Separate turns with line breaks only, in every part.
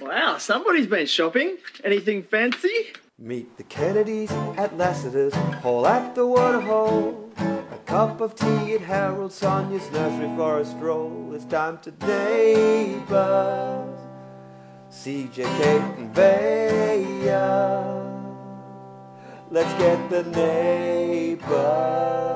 Wow, somebody's been shopping. Anything fancy?
Meet the Kennedys at Lassiter's, Hall at the Waterhole. A cup of tea at Harold Sonia's nursery for a stroll. It's time to neighbors. CJ, Kate, and Bea. Let's get the neighbors.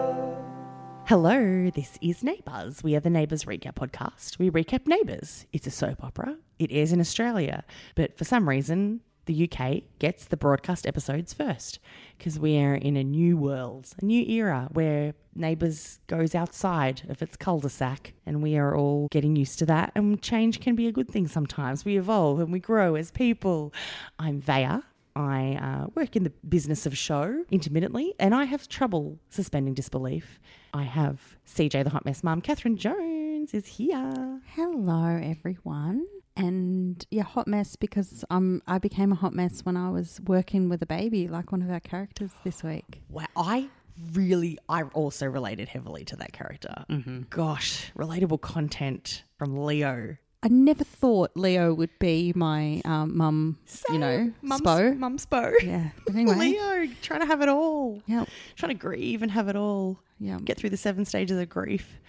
Hello, this is Neighbours. We are the Neighbours Recap podcast. We recap Neighbours. It's a soap opera. It airs in Australia, but for some reason, the UK gets the broadcast episodes first because we are in a new world, a new era where Neighbours goes outside of its cul de sac, and we are all getting used to that. And change can be a good thing sometimes. We evolve and we grow as people. I'm Vaya. I uh, work in the business of show intermittently, and I have trouble suspending disbelief. I have CJ the Hot Mess Mom, Catherine Jones is here.
Hello, everyone. And yeah, hot mess because um, I became a hot mess when I was working with a baby, like one of our characters this week.
Wow, I really, I also related heavily to that character. Gosh, relatable content from Leo.
I never thought Leo would be my um, mum, you know,
mum's,
spo.
Mum's Bo.
Yeah. But anyway.
Leo, trying to have it all.
Yeah.
Trying to grieve and have it all.
Yeah.
Get through the seven stages of grief.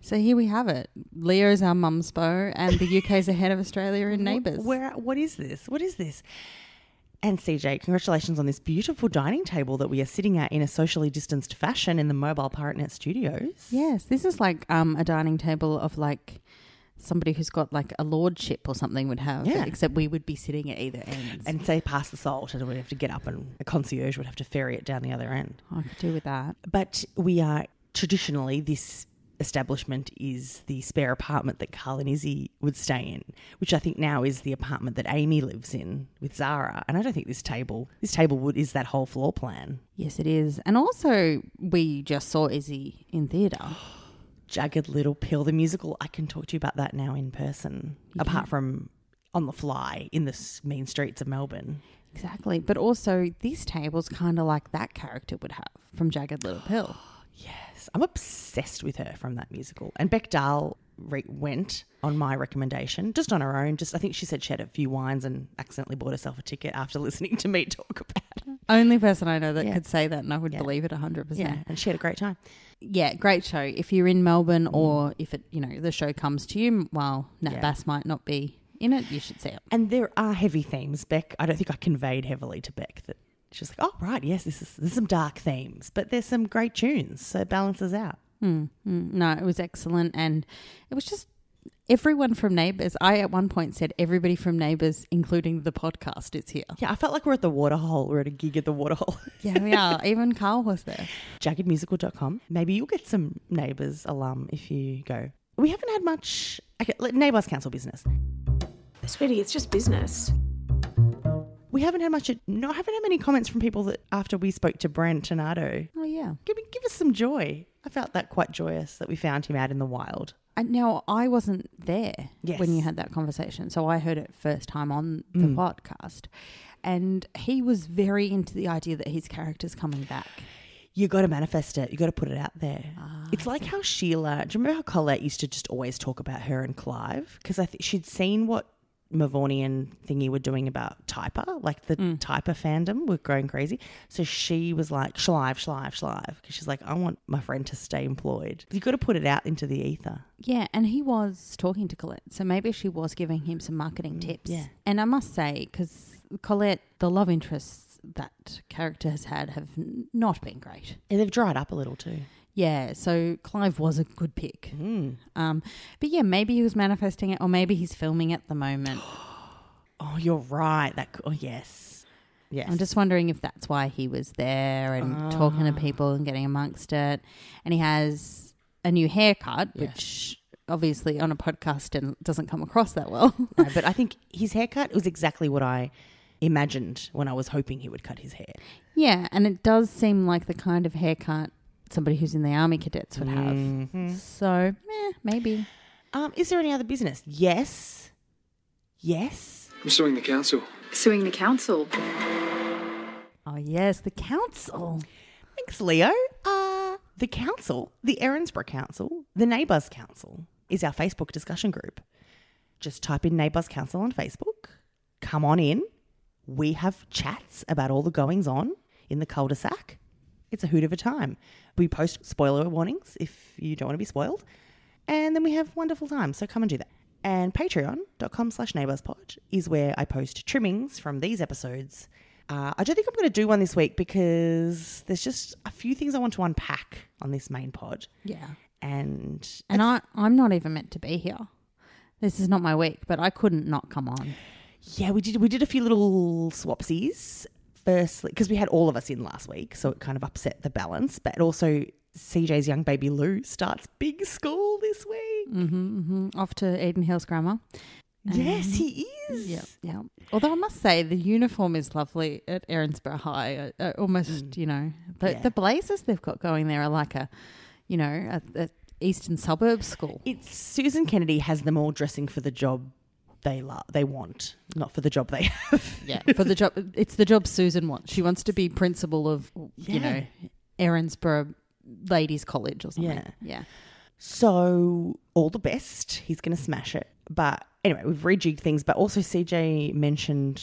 So here we have it. Leo's our mum's spo, and the UK's ahead of Australia in neighbours.
Where? What is this? What is this? And CJ, congratulations on this beautiful dining table that we are sitting at in a socially distanced fashion in the Mobile Partner Studios.
Yes, this is like um, a dining table of like somebody who's got like a lordship or something would have.
Yeah.
Except we would be sitting at either end.
And say pass the salt, and we'd have to get up, and a concierge would have to ferry it down the other end.
I could do with that.
But we are traditionally this establishment is the spare apartment that Carl and Izzy would stay in, which I think now is the apartment that Amy lives in with Zara. And I don't think this table, this table would is that whole floor plan.
Yes, it is. And also, we just saw Izzy in theatre.
Jagged Little Pill, the musical. I can talk to you about that now in person, apart from on the fly in the s- mean streets of Melbourne.
Exactly. But also, this table's kind of like that character would have from Jagged Little Pill.
Yes, I'm obsessed with her from that musical. And Beck Dahl re- went on my recommendation, just on her own. Just I think she said she had a few wines and accidentally bought herself a ticket after listening to me talk about it.
Only person I know that
Yeah.
could say that, and I would believe it 100%.
Yeah,
Yeah.
and she had a great time.
great show. If you're in Melbourne or if it, you know, the show comes to you, while Nat
Yeah.
Bass might not be in it, you should see it.
And there are heavy themes, Beck. I don't think I conveyed heavily to Beck that she was like, "Oh, right, yes, this is there's some dark themes, but there's some great tunes, so it balances out."
Mm, No, it was excellent, and it was just everyone from Neighbours. I at one point said everybody from Neighbours, including the podcast, is here.
Yeah, I felt like we're at the waterhole. We're at a gig at the waterhole.
Yeah, we are. Even Carl was there.
jaggedmusical.com. Maybe you'll get some neighbours alum if you go. We haven't had much. Okay, let- neighbours council business.
Sweetie, it's just business.
We haven't had much. No, I haven't had many comments from people that after we spoke to Brent Tornado.
Oh yeah.
Give me, give us some joy. I felt that quite joyous that we found him out in the wild.
And now I wasn't there
Yes. Mm.
when you had that conversation, so I heard it first time on the podcast, and he was very into the idea that his character's coming back.
You got to manifest it. You got to put it out there. it's like how Sheila. Do you remember how Colette used to just always talk about her and Clive? Because I think she'd seen what Mavoni and thingy were doing about Typer, like the Typer fandom were going crazy. So she was like, Shlive, Shlive, Shlive. Because she's like, I want my friend to stay employed. You got to put it out into the ether.
Yeah, and he was talking to Colette, so maybe she was giving him some marketing tips.
Mm, yeah.
and I must say, because Colette, the love interests that character has had have n- not been great.
And they've dried up a little too.
Yeah, so Clive was a good pick.
Mm.
Um, but yeah, maybe he was manifesting it, or maybe he's filming at the moment.
Oh, you're right. That. c- Oh, yes. Yes.
I'm just wondering if that's why he was there and talking to people and getting amongst it. And he has a new haircut, which obviously on a podcast and doesn't come across that well.
No, but I think his haircut was exactly what I imagined when I was hoping he would cut his hair.
yeah, and it does seem like the kind of haircut somebody who's in the army cadets would have. So eh, maybe.
Um, is there any other business? Yes. Yes.
I'm suing the council.
Suing the council.
Oh yes, the council.
Thanks, Leo. Uh, the council, the Erinsborough Council, the Neighbours Council is our Facebook discussion group. Just type in Neighbours Council on Facebook come on in. We have chats about all the goings on in the cul de sac. It's a hoot of a time. We post spoiler warnings if you don't want to be spoiled. And then we have wonderful times, so come and do that. And patreon.com slash neighbourspod is where I post trimmings from these episodes. Uh, I don't think I'm going to do one this week because there's just a few things I want to unpack on this main pod.
Yeah.
And
And I, I'm not even meant to be here. This is not my week, but I couldn't not come on.
Yeah, we did. We did a few little swapsies. Firstly, because we had all of us in last week, so it kind of upset the balance. But also, CJ's young baby Lou starts big school this week.
Mm, Off to Eden Hills Grammar.
Yes, he is.
Yeah, yeah. Although I must say, the uniform is lovely at Erinsborough High. I, I almost, you know, the,
Mm. Yeah.
the blazers they've got going there are like a, you know, a, a eastern suburb school.
It's Susan Kennedy has them all dressing for the job they love, they want, not for the job they have.
Yeah, for the job, it's the job Susan wants. She wants to be principal of, you know, Erinsborough Ladies College or something.
Yeah.
yeah.
So all the best. He's going to smash it. But anyway, we've rejigged things. But also, CJ mentioned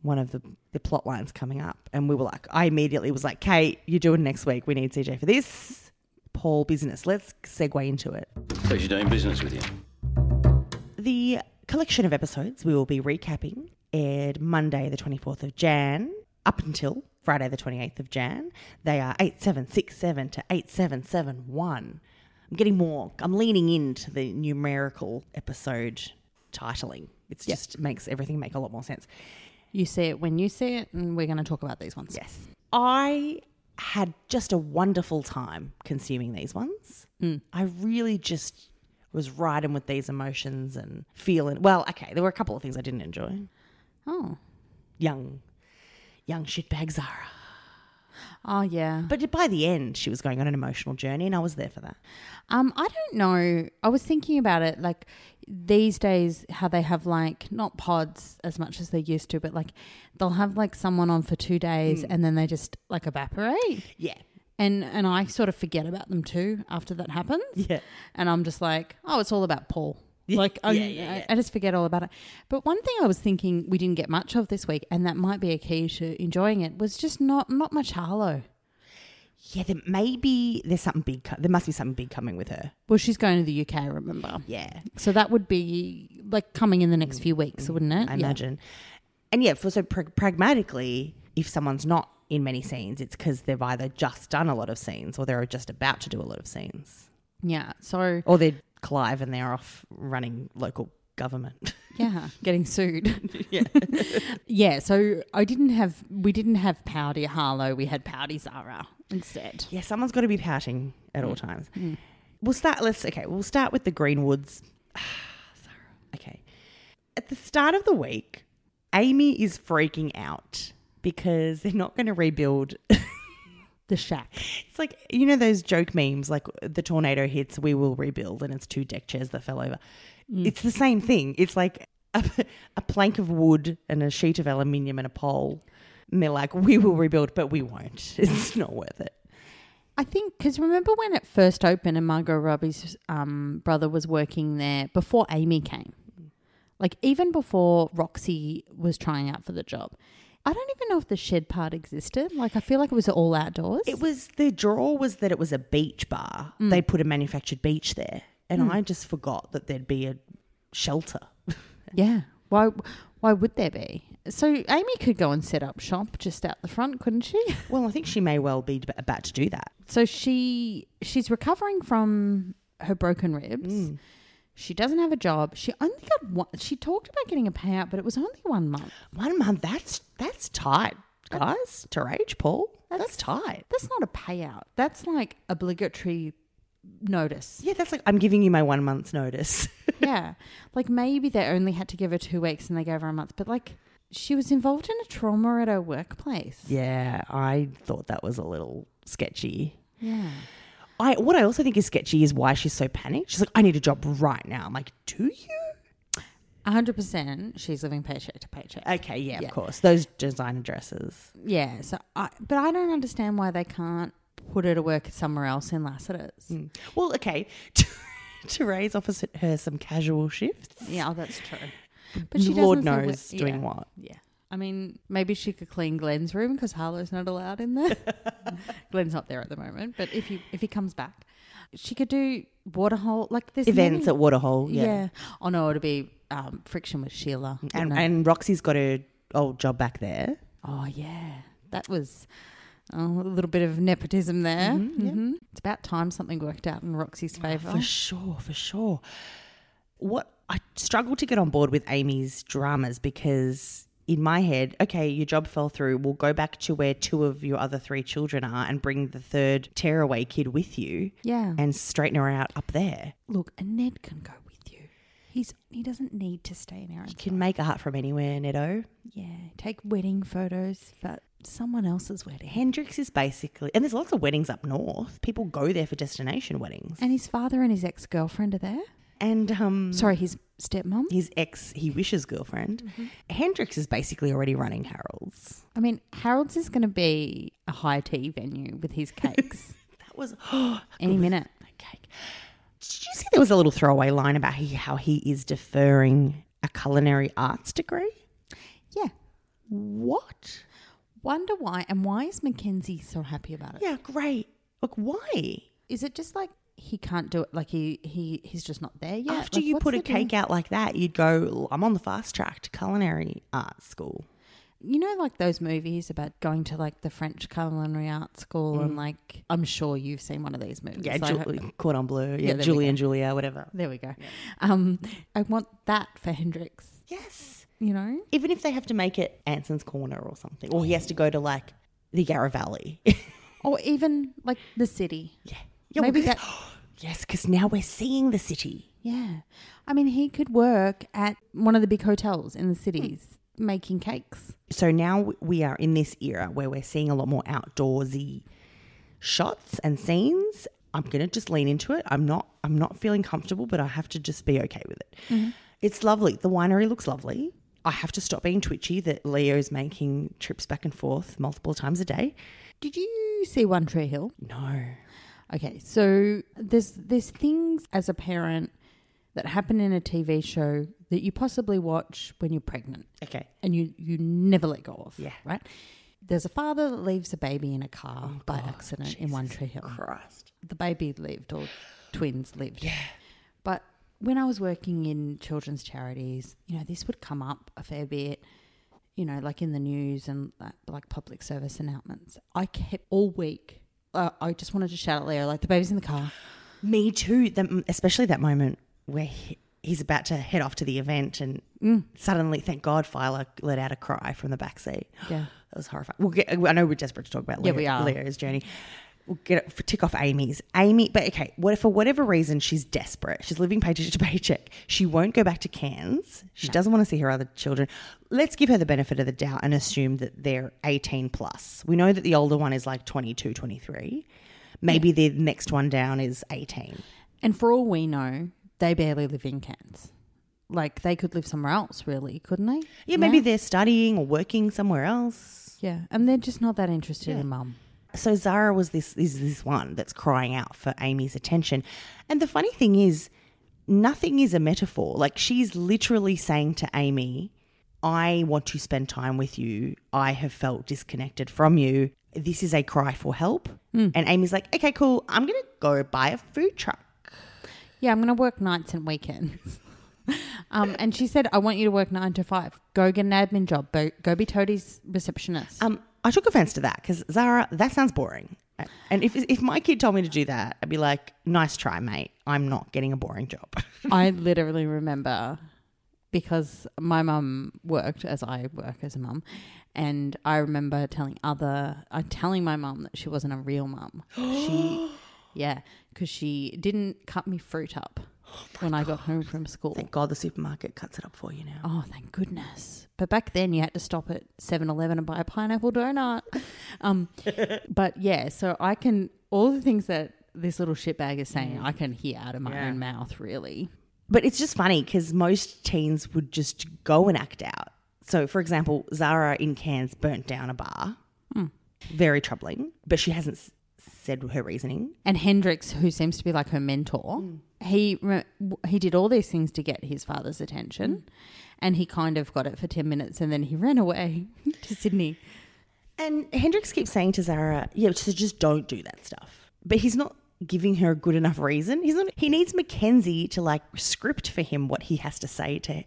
one of the, the plot lines coming up, and we were like, I immediately was like, Kate, you're doing next week. We need CJ for this. Paul business. Let's segue into it.
So she's doing business with you.
The collection of episodes we will be recapping aired Monday, the 24th of Jan, up until Friday, the 28th of Jan. They are 8767 to 8771. I'm getting more, I'm leaning into the numerical episode titling. It just makes everything make a lot more sense.
You see it when you see it, and we're going to talk about these ones.
Yes. I had just a wonderful time consuming these ones. I really just was riding with these emotions and feeling. Well, okay, there were a couple of things I didn't enjoy.
Oh,
Young, young shitbag Zara.
oh yeah.
But by the end, she was going on an emotional journey, and I was there for that.
Um, I don't know. I was thinking about it, like these days, how they have like not pods as much as they used to, but like they'll have like someone on for two days
Hmm.
and then they just like evaporate,
Yeah.
and and I sort of forget about them too after that happens.
Yeah.
and I'm just like, oh, it's all about Paul. Like, I,
yeah, yeah,
I-
yeah.
I just forget all about it. But one thing I was thinking we didn't get much of this week, and that might be a key to enjoying it, was just not not much Harlow.
Yeah, there maybe there's something big. co- There must be something big coming with her.
Well, she's going to the UK, remember?
Yeah.
So that would be like coming in the next few weeks, wouldn't it?
I imagine. And yeah, for so pra- pragmatically, if someone's not in many scenes, it's because they've either just done a lot of scenes or they're just about to do a lot of scenes.
Yeah. So
Or they're Clive and they're off running local government.
yeah, getting sued. yeah. yeah. So I didn't have we didn't have Powdy Harlow. We had Powdy Zara instead.
yeah, someone's got to be pouting at all times. We'll start, let's, okay, we'll start with the Greenwoods. Sorry. Okay. At the start of the week, Amy is freaking out because they're not going to rebuild
The shack.
It's like you know those joke memes, like the tornado hits, we will rebuild, and it's two deck chairs that fell over. It's the same thing. It's like a, a plank of wood and a sheet of aluminium and a pole, and they're like, we will rebuild, but we won't. It's not worth it.
I think because remember when it first opened and Margot Robbie's um, brother was working there before Amy came, like even before Roxy was trying out for the job. I don't even know if the shed part existed. Like I feel like it was all outdoors.
It was the draw was that it was a beach bar. They put a manufactured beach there, and I just forgot that there'd be a shelter.
yeah. Why? Why would there be? So Amy could go and set up shop just out the front, couldn't she?
well, I think she may well be about to do that.
So she she's recovering from her broken ribs. She doesn't have a job. She only got one. She talked about getting a payout, but it was only one month.
One month. That's that's tight, guys. To rage, Paul. that's tight.
That's not a payout. That's like obligatory notice.
Yeah, that's like I'm giving you my one month's notice.
yeah. Like maybe they only had to give her two weeks and they gave her a month, but like she was involved in a trauma at her workplace.
yeah, I thought that was a little sketchy.
Yeah.
I what I also think is sketchy is why she's so panicked. She's like, I need a job right now. I'm like, do you?
a 100% she's living paycheck to paycheck.
Okay, yeah, of course. Those designer dresses.
yeah. So I but I don't understand why they can't put her to work somewhere else in Lassiter's.
Mm. Well, okay. Therese offers her some casual shifts.
Yeah, oh, that's true. But she
Lord
doesn't say
knows
where-
doing
yeah.
what.
Yeah. I mean, maybe she could clean Glenn's room because Harlow's not allowed in there. Glenn's not there at the moment, but if he if he comes back, she could do waterhole like this
Events at Waterhole, yeah. Mm,
Oh no, it'd be um, friction with Sheila.
And
wouldn't it?
and Roxy's got her old job back there.
oh yeah, that was oh, a little bit of nepotism there. hmm It's about time something worked out in Roxy's favour.
Mm-hmm, For sure, for sure. What I struggle to get on board with Amy's dramas because in my head, okay, your job fell through. We'll go back to where two of your other three children are and bring the third tearaway kid with you
yeah.
and straighten her out up there.
Look, and Ned can go with you. He's he doesn't need to stay in Aaron's.
You can make art from anywhere, Neto.
Yeah, take wedding photos for someone else's wedding.
Hendrix is basically, and there's lots of weddings up north. People go there for destination weddings.
And his father and his ex girlfriend are there.
And um,
Sorry, his stepmom.
his ex, he wishes girlfriend,
Mm-hmm.
Hendrix is basically already running Harold's.
I mean, Harold's is going to be a high tea venue with his cakes
That was oh,
any minute.
that cake. Did you see there was a little throwaway line about he, how he is deferring a culinary arts degree?
Yeah.
What?
Wonder why and why is Mackenzie so happy about it?
Yeah, great. Like, why?
Is it just like he can't do it? Like he he he's just not there yet.
After
Like,
you
what's
put a
the deal?
cake out like that, you'd go, "Well, I'm on the fast track to culinary arts school.
You know, like those movies about going to like the French culinary art school, and like I'm sure you've seen one of these
Mm.
movies.
Yeah,
I hope-
Ju- Cordon Bleu. Yeah,
there we
Julie
go.
and Julia, whatever.
There we go. Um, I want that for Hendrix.
Yes.
You know,
Even if they have to make it Anson's Corner or something, or he has to go to like the Yarra Valley.
or even like the city.
yeah. yeah
Maybe
because, yes, because now we're seeing the city.
Yeah, I mean, he could work at one of the big hotels in the cities
Hmm.
making cakes.
so now we are in this era where we're seeing a lot more outdoorsy shots and scenes i'm going to just lean into it i'm not i'm not feeling comfortable but i have to just be okay with it it's lovely the winery looks lovely i have to stop being twitchy that leo's making trips back and forth multiple times a day
Did you see One Tree Hill?
no
Okay, so there's there's things as a parent that happen in a TV show that you possibly watch when you're pregnant.
okay
and you you never let go of.
Yeah.
right. There's a father that leaves a baby in a car
Oh,
by accident in One Tree Hill.
christ
The baby lived, or twins lived. Yeah, but when I was working in children's charities, you know, this would come up a fair bit. You know, like in the news and like, like public service announcements. I kept all week. Uh, I just wanted to shout at Leo, like the baby's in the car.
me too the, especially that moment where he, he's about to head off to the event and suddenly thank god Phyla let out a cry from the back seat
Yeah.
That was horrifying. We'll get, I know we're desperate to talk about Leo,
Yeah, we are.
Leo's journey. We'll get it, tick off Amy's. Amy, but okay, what if for whatever reason she's desperate? She's living paycheck to paycheck. She won't go back to Cairns. She doesn't want to see her other children. Let's give her the benefit of the doubt and assume that they're 18 plus. We know that the older one is like 22, 23. Maybe the next one down is 18.
And for all we know, they barely live in Cairns. Like they could live somewhere else, really, couldn't they?
Yeah, maybe they're studying or working somewhere else.
Yeah, and they're just not that interested in mum.
so Zara was this is this one that's crying out for Amy's attention. And the funny thing is nothing is a metaphor. Like she's literally saying to Amy, I want to spend time with you. I have felt disconnected from you. This is a cry for help. And Amy's like, "Okay, cool. I'm going to go buy a food truck."
Yeah, I'm going to work nights and weekends. um, and she said, I want you to work nine to five. Go get an admin job. Bo- Go be Toadie's receptionist.
Um I took offense to that cuz Zara, that sounds boring. And if if my kid told me to do that, I'd be like, "Nice try, mate. I'm not getting a boring job."
I literally remember because my mum worked as I work as a mum, and I remember telling other, I telling my mum that she wasn't a real mum. She, yeah, because she didn't cut me fruit up when I got home from school.
Thank Oh God the supermarket cuts it up for you now.
Oh, thank goodness. But back then you had to stop at 7 Eleven and buy a pineapple donut. Um, but yeah, so I can, all the things that this little shitbag is saying, I can hear out of my own mouth, really.
But it's just funny because most teens would just go and act out. So, for example, Zara in Cairns burnt down a bar. Very troubling, but she hasn't s- said her reasoning.
And Hendrix, who seems to be like her mentor, he re- w- he did all these things to get his father's attention, and he kind of got it for ten minutes, and then he ran away to Sydney.
And Hendrix keeps saying to Zara, yeah, so just don't do that stuff. But he's not giving her a good enough reason. He's not he needs Mackenzie to like script for him what he has to say to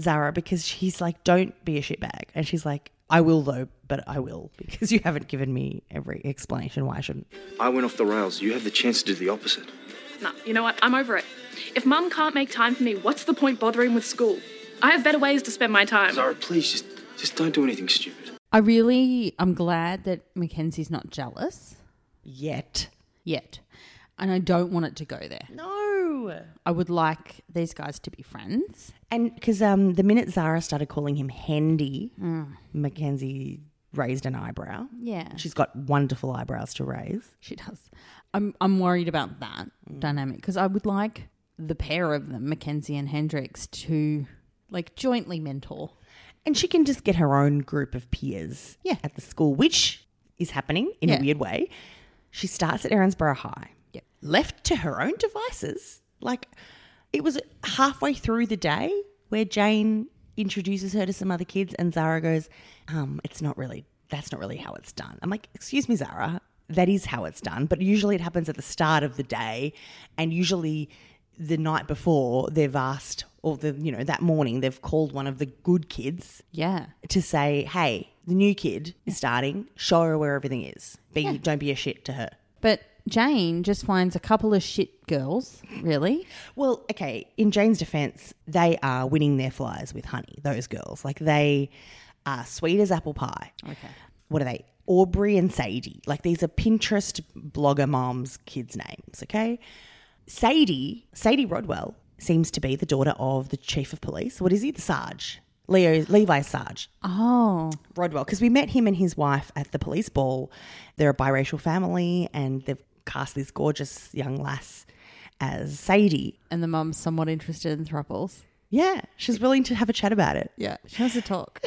Zara because she's like, Don't be a shitbag. And she's like, I will though, but I will because you haven't given me every explanation why I shouldn't.
I went off the rails. You have the chance to do the opposite.
No, you know what? I'm over it. If mum can't make time for me, what's the point bothering with school? I have better ways to spend my time.
Zara, please just just don't do anything stupid.
I really, I'm glad that Mackenzie's not jealous
Yet.
yet, and I don't want it to go there.
No.
I would like these guys to be friends.
And because um, the minute Zara started calling him Hendy, Mackenzie raised an eyebrow.
Mm. Yeah,
She's got wonderful eyebrows to raise.
She does. I'm I'm worried about that dynamic because I would like the pair of them, Mackenzie and Hendrix, to like jointly mentor.
And she can just get her own group of peers
Yeah.
at the school, which is happening in a
Yeah.
weird way. She starts at Erinsborough High,
Yep.
left to her own devices. Like it was halfway through the day where Jane introduces her to some other kids, and Zara goes, um, It's not really, that's not really how it's done. I'm like, Excuse me, Zara, that is how it's done. But usually it happens at the start of the day, and usually the night before they've asked or the you know that morning they've called one of the good kids
Yeah,
to say, hey, the new kid is starting. Show her where everything is. Be don't be a shit to her.
but Jane just finds a couple of shit girls. Really,
Well, okay. In Jane's defense, they are winning their flies with honey. Those girls, like they are sweet as apple pie. Okay. What are they? Aubrey and Sadie. Like these are Pinterest blogger moms' kids' names. Okay. Sadie, Sadie Rodwell, seems to be the daughter of the chief of police. What is he? The Sarge. Leo Levi Sarge.
oh,
Rodwell because we met him and his wife at the police ball. They're a biracial family and they've cast this gorgeous young lass as Sadie.
and the mum's somewhat interested in thruples.
Yeah, she's willing to have a chat about it.
Yeah, she has a talk.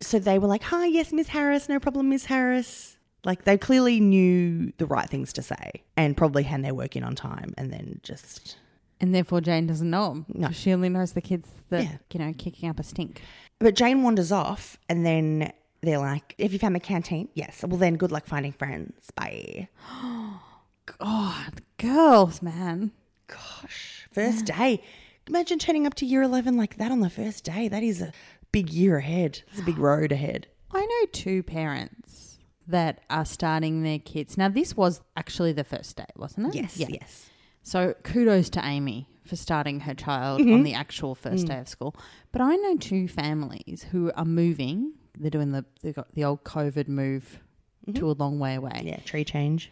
So they were like, "Hi, yes, Miss Harris, no problem, Miss Harris." Like they clearly knew the right things to say and probably had their work in on time and then just
and therefore Jane doesn't know them.
No.
she only knows the kids that
Yeah.
you know kicking up a stink.
But Jane wanders off, and then they're like, "Have you found the canteen?" Yes. Well, then, good luck finding friends. Bye.
God, girls, man.
First day. Imagine turning up to year eleven like that on the first day. That is a big year ahead. It's a big road ahead.
I know two parents that are starting their kids. Now, this was actually the first day, wasn't it?
Yes.
Yeah.
Yes.
So, kudos to Amy for starting her child on the actual first day of school. But I know two families who are moving. They're doing the they got the old COVID move to a long way away,
Yeah. Tree change.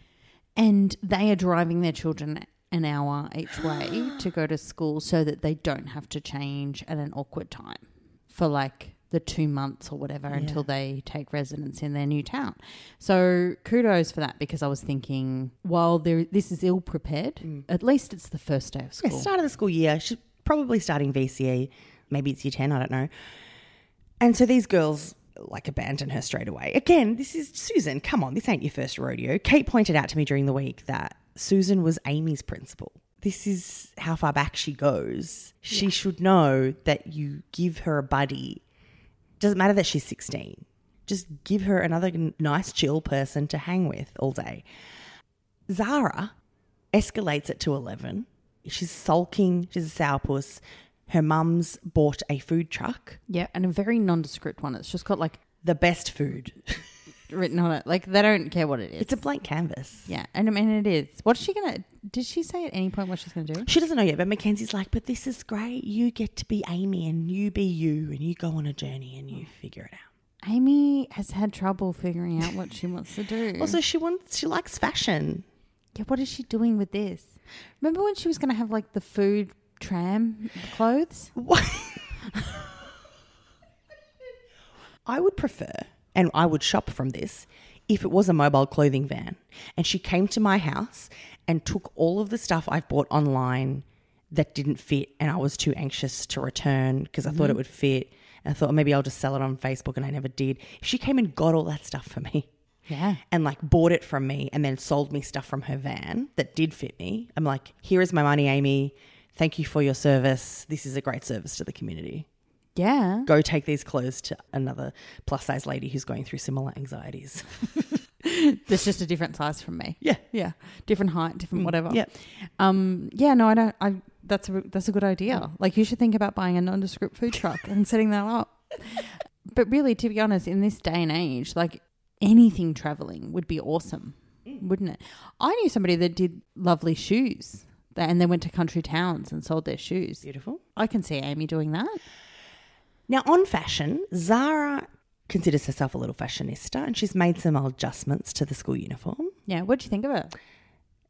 and they are driving their children an hour each way to go to school so that they don't have to change at an awkward time for like the two months or whatever until they take residence in their new town. So kudos for that because I was thinking while there this is ill prepared,
Mm.
at least it's the first day of
Yeah,
school.
start of the school year. She's probably starting VCE. Maybe it's year ten. I don't know. And so these girls like abandon her straight away. Again, this is Susan. Come on, this ain't your first rodeo. Kate pointed out to me during the week that Susan was Amy's principal. This is how far back she goes. She should know that you give her a buddy. Doesn't matter that she's 16. Just give her another n- nice, chill person to hang with all day. Zara escalates it to 11. She's sulking. She's a sourpuss. Her mum's bought a food truck
yeah, and a very nondescript one. It's just got like
the best food.
written on it. Like they don't care what it is.
it's a blank canvas.
yeah, and I mean it is. What's she gonna did she say at any point what she's gonna do?
She doesn't know yet, but Mackenzie's like, but this is great. You get to be Amy and you be you and you go on a journey and you figure it out.
Amy has had trouble figuring out what she wants to do.
Also, she wants, she likes fashion.
yeah, what is she doing with this? Remember when she was going to have like the food tram clothes?
What? I would prefer, and I would shop from this, if it was a mobile clothing van and she came to my house and took all of the stuff I've bought online that didn't fit and I was too anxious to return because I thought it would fit. And I thought maybe I'll just sell it on Facebook and I never did. If she came and got all that stuff for me,
Yeah.
and like bought it from me and then sold me stuff from her van that did fit me. I'm like, here is my money, Amy. Thank you for your service. This is a great service to the community.
Yeah.
Go take these clothes to another plus size lady who's going through similar anxieties.
That's just a different size from me.
Yeah. Mm.
Yeah. Different height, different whatever.
yeah.
Um, yeah, no, I don't I that's a that's a good idea. Like you should think about buying a nondescript food truck and setting that up. But really, to be honest, in this day and age, like anything traveling would be awesome,
Mm.
wouldn't it? I knew somebody that did lovely shoes. that- And they went to country towns and sold their shoes.
Beautiful.
I can see Amy doing that.
Now, on fashion, Zara considers herself a little fashionista and she's made some adjustments to the school uniform.
Yeah. What do you think of it?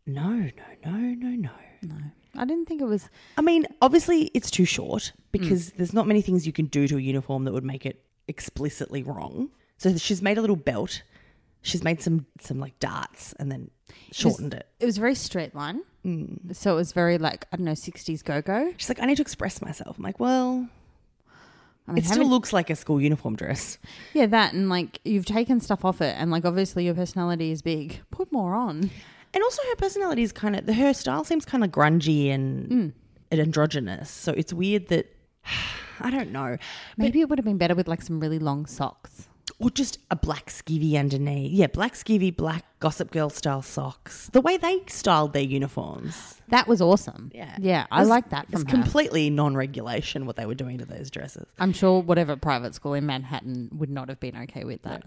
No, no, no, no, no.
I didn't think it was.
I mean, obviously, it's too short because
Mm.
there's not many things you can do to a uniform that would make it explicitly wrong. So she's made a little belt. She's made some some like darts and then shortened it. Mm.
It was very straight line. So it was very like I don't know, sixties go go.
She's like, I need to express myself. I'm like, well,
I mean,
it still
haven't-
looks like a school uniform dress.
yeah, that and like you've taken stuff off it, and like obviously your personality is big. Put more on.
And also, her personality is kind of her style seems kind of grungy and,
Mm.
and androgynous. So it's weird that I don't know,
Maybe it would have been better with like some really long socks.
or just a black skivvy underneath. Yeah, black skivvy, black gossip girl style socks. The way they styled their uniforms.
That was awesome.
Yeah.
yeah, I
It's-
like that from
It's
her.
completely non-regulation what they were doing to those dresses.
I'm sure whatever private school in Manhattan would not have been okay with that.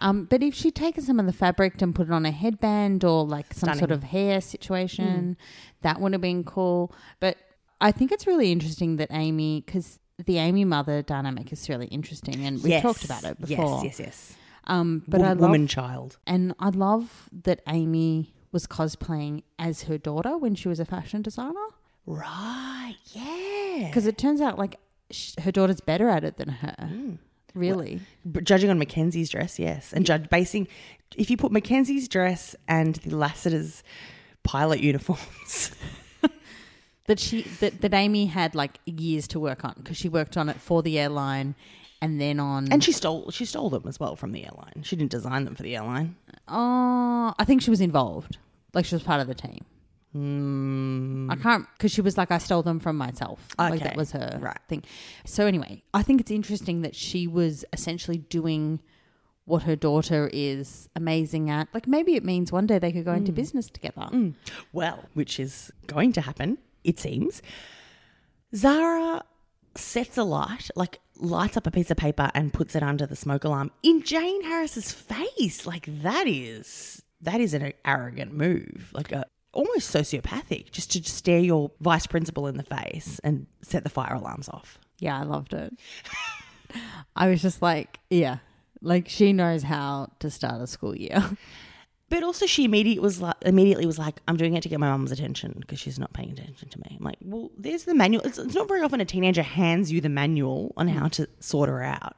Um, but if she'd taken some of the fabric and put it on a headband or like some sort of hair situation, that would have been cool. But I think it's really interesting that Amy, because the Amy mother dynamic is really interesting, and we
Yes.
talked about it before.
Yes, yes, yes.
Um, but
But
I
Wom-
love,
woman child.
and I love that Amy was cosplaying as her daughter when she was a fashion designer.
Right. Yeah.
Because it turns out, like, sh- her daughter's better at it than her. Really?
But judging on Mackenzie's dress, yes. And judge basing if you put Mackenzie's dress and the Lassiter's pilot uniforms.
that she that, that Amy had like years to work on because she worked on it for the airline and then on
and she stole she stole them as well from the airline. She didn't design them for the airline.
oh I think she was involved like she was part of the team. Mm. I can't because she was like I stole them from myself. Like that
Hmm. Okay.
was her
Right.
thing. So anyway, I think it's interesting that she was essentially doing what her daughter is amazing at. Like maybe it means one day they could go into
Hmm.
business together.
Well, which is going to happen, it seems. Zara sets a light, like lights up a piece of paper and puts it under the smoke alarm in Jane Harris's face. Like that is that is an arrogant move, like a almost sociopathic, just to stare your vice principal in the face and set the fire alarms off.
Yeah, I loved it. I was just like, yeah, like she knows how to start a school year.
But also, she immediately was like, immediately was like, "I'm doing it to get my mum's attention because she's not paying attention to me." I'm like, "Well, there's the manual. It's, it's not very often a teenager hands you the manual on how to sort her out."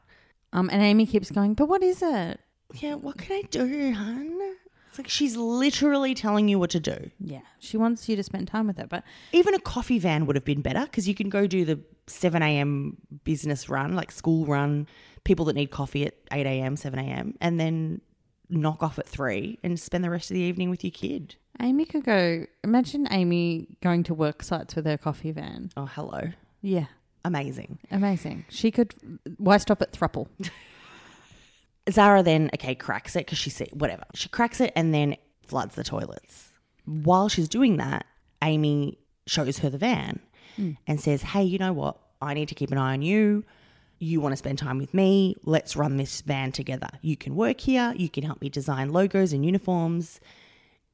Um, and Amy keeps going, but what is it?
Yeah, what can I do, hun? It's like she's literally telling you what to do.
Yeah, she wants you to spend time with her, but
Even a coffee van would have been better because you can go do the 7 a.m. business run, like school run, people that need coffee at 8 a.m., 7 a.m., and then knock off at 3 and spend the rest of the evening with your kid.
Amy could go. Imagine Amy going to work sites with her coffee van.
Oh, hello.
Yeah,
Amazing.
amazing. She could. Why stop at Thruple?
Zara then, okay, cracks it because she see whatever. She cracks it and then floods the toilets. While she's doing that, Amy shows her the van and says, Hey, you know what? I need to keep an eye on you. You want to spend time with me. Let's run this van together. You can work here. You can help me design logos and uniforms.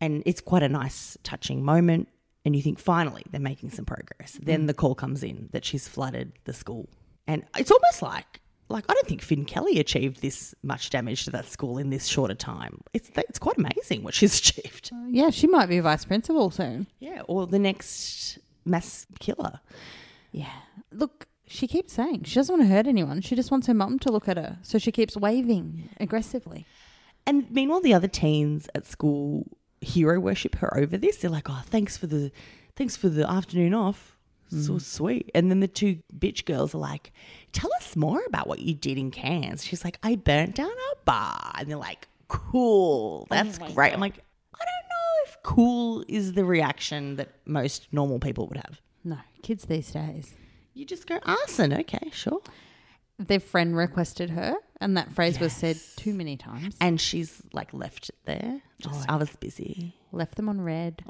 And it's quite a nice, touching moment. And you think, finally, they're making some progress. Then the call comes in that she's flooded the school. And it's almost like, like I don't think Finn Kelly achieved this much damage to that school in this shorter time. It's it's quite amazing what she's achieved.
yeah, she might be vice principal soon.
Yeah, or the next mass killer.
Yeah. Look, she keeps saying she doesn't want to hurt anyone. She just wants her mum to look at her, so she keeps waving aggressively.
And meanwhile, the other teens at school hero worship her over this. They're like, "Oh, thanks for the, thanks for the afternoon off, so sweet." And then the two bitch girls are like, "Tell us more about what you did in Cairns." She's like, "I burnt down a bar," and they're like, cool. That's great. I'm like, I don't know if cool is the reaction that most normal people would have.
No, kids these days.
You just go, arson. Okay, sure.
Their friend requested her, and that phrase was said too many times.
And she's like left it there. Just, I was busy.
Left them on red.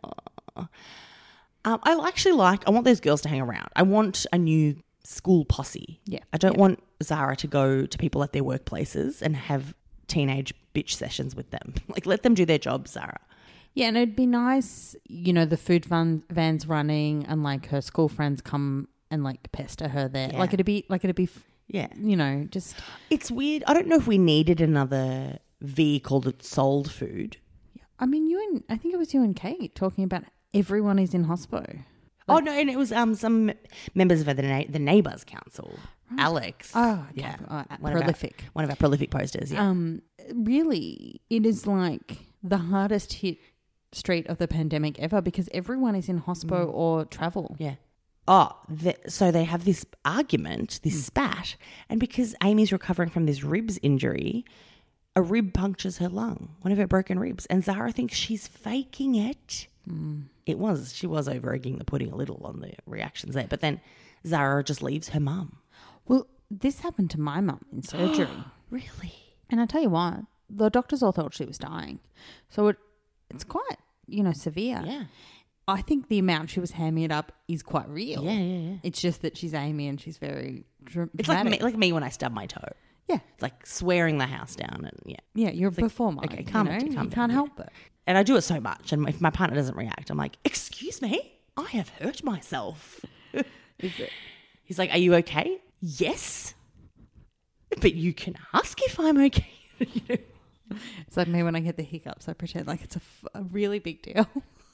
Um, I actually like. I want those girls to hang around. I want a new school posse.
Yeah.
I don't want Zara to go to people at their workplaces and have teenage bitch sessions with them. Like, let them do their job, Zara.
Yeah, and it'd be nice, you know, the food van van's running, and like her school friends come and like pester her there. Like it'd be like it'd be, f-
Yeah.
you know, just
It's weird. I don't know if we needed another vehicle that sold food.
I mean, you and I think it was you and Kate talking about everyone is in hospo.
oh no, and it was um some members of the na- the neighbors council. Alex.
Oh, okay. Uh, prolific.
Of our, one of our prolific posters. Yeah.
Um, really, it is like the hardest hit street of the pandemic ever because everyone is in hospo or travel.
Yeah. Oh, the, so they have this argument, this spat, and because Amy's recovering from this ribs injury, a rib punctures her lung, one of her broken ribs, and Zara thinks she's faking it. It was she was over egging the pudding a little on the reactions there, but then Zara just leaves her mum.
Well, this happened to my mum in surgery.
Really?
And I tell you what, the doctors all thought she was dying. So it it's quite, you know, severe.
Yeah.
I think the amount she was hamming it up is quite real.
Yeah, yeah, yeah.
It's just that she's Amy and she's very dra-
It's like me,
dramatic.
like me when I stub my toe.
yeah,
It's like swearing the house down, and yeah.
yeah, you're a performer.
okay,
you
calm
know?
it,
you
calm
can't
down, yeah.
help it.
And I do it so much, and if my partner doesn't react, I'm like, "Excuse me, I have hurt myself."
Is it?
He's like, Are you okay? Yes. But you can ask if I'm okay. You know?
It's like me when I get the hiccups. I pretend like it's a, f- a really big deal.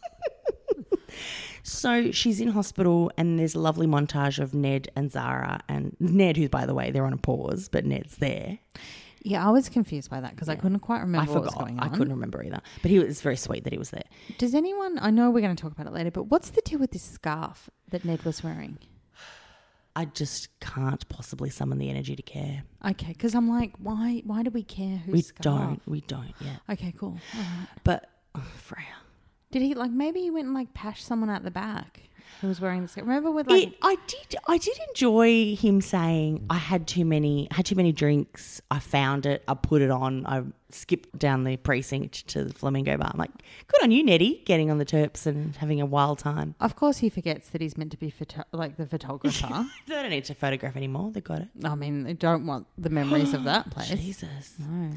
so she's in hospital, and there's a lovely montage of Ned and Zara. And Ned, who's, by the way, they're on a pause, but Ned's there.
yeah, I was confused by that because I couldn't quite remember
I
what was
forgot.
going
I
on.
couldn't remember either. But he was very sweet that he was there.
Does anyone? I know we're going to talk about it later, but what's the deal with this scarf that Ned was wearing?
I just can't possibly summon the energy to care.
Okay, because I'm like, why? Why do we care who's
We
scarf?
don't. We don't yet.
Okay, cool. All right.
But oh, Freya.
Did he like maybe he went and like pashed someone out the back who was wearing the scarf? Remember with like
It- I did. I did enjoy him saying, "I had too many. I had too many drinks. I found it. I put it on. I skipped down the precinct to the flamingo bar." I'm like, "Good on you, Nettie, getting on the terps and having a wild time."
Of course, he forgets that he's meant to be photo- like the photographer.
They don't need to photograph anymore. They got it.
I mean, they don't want the memories of that place.
Jesus,
No.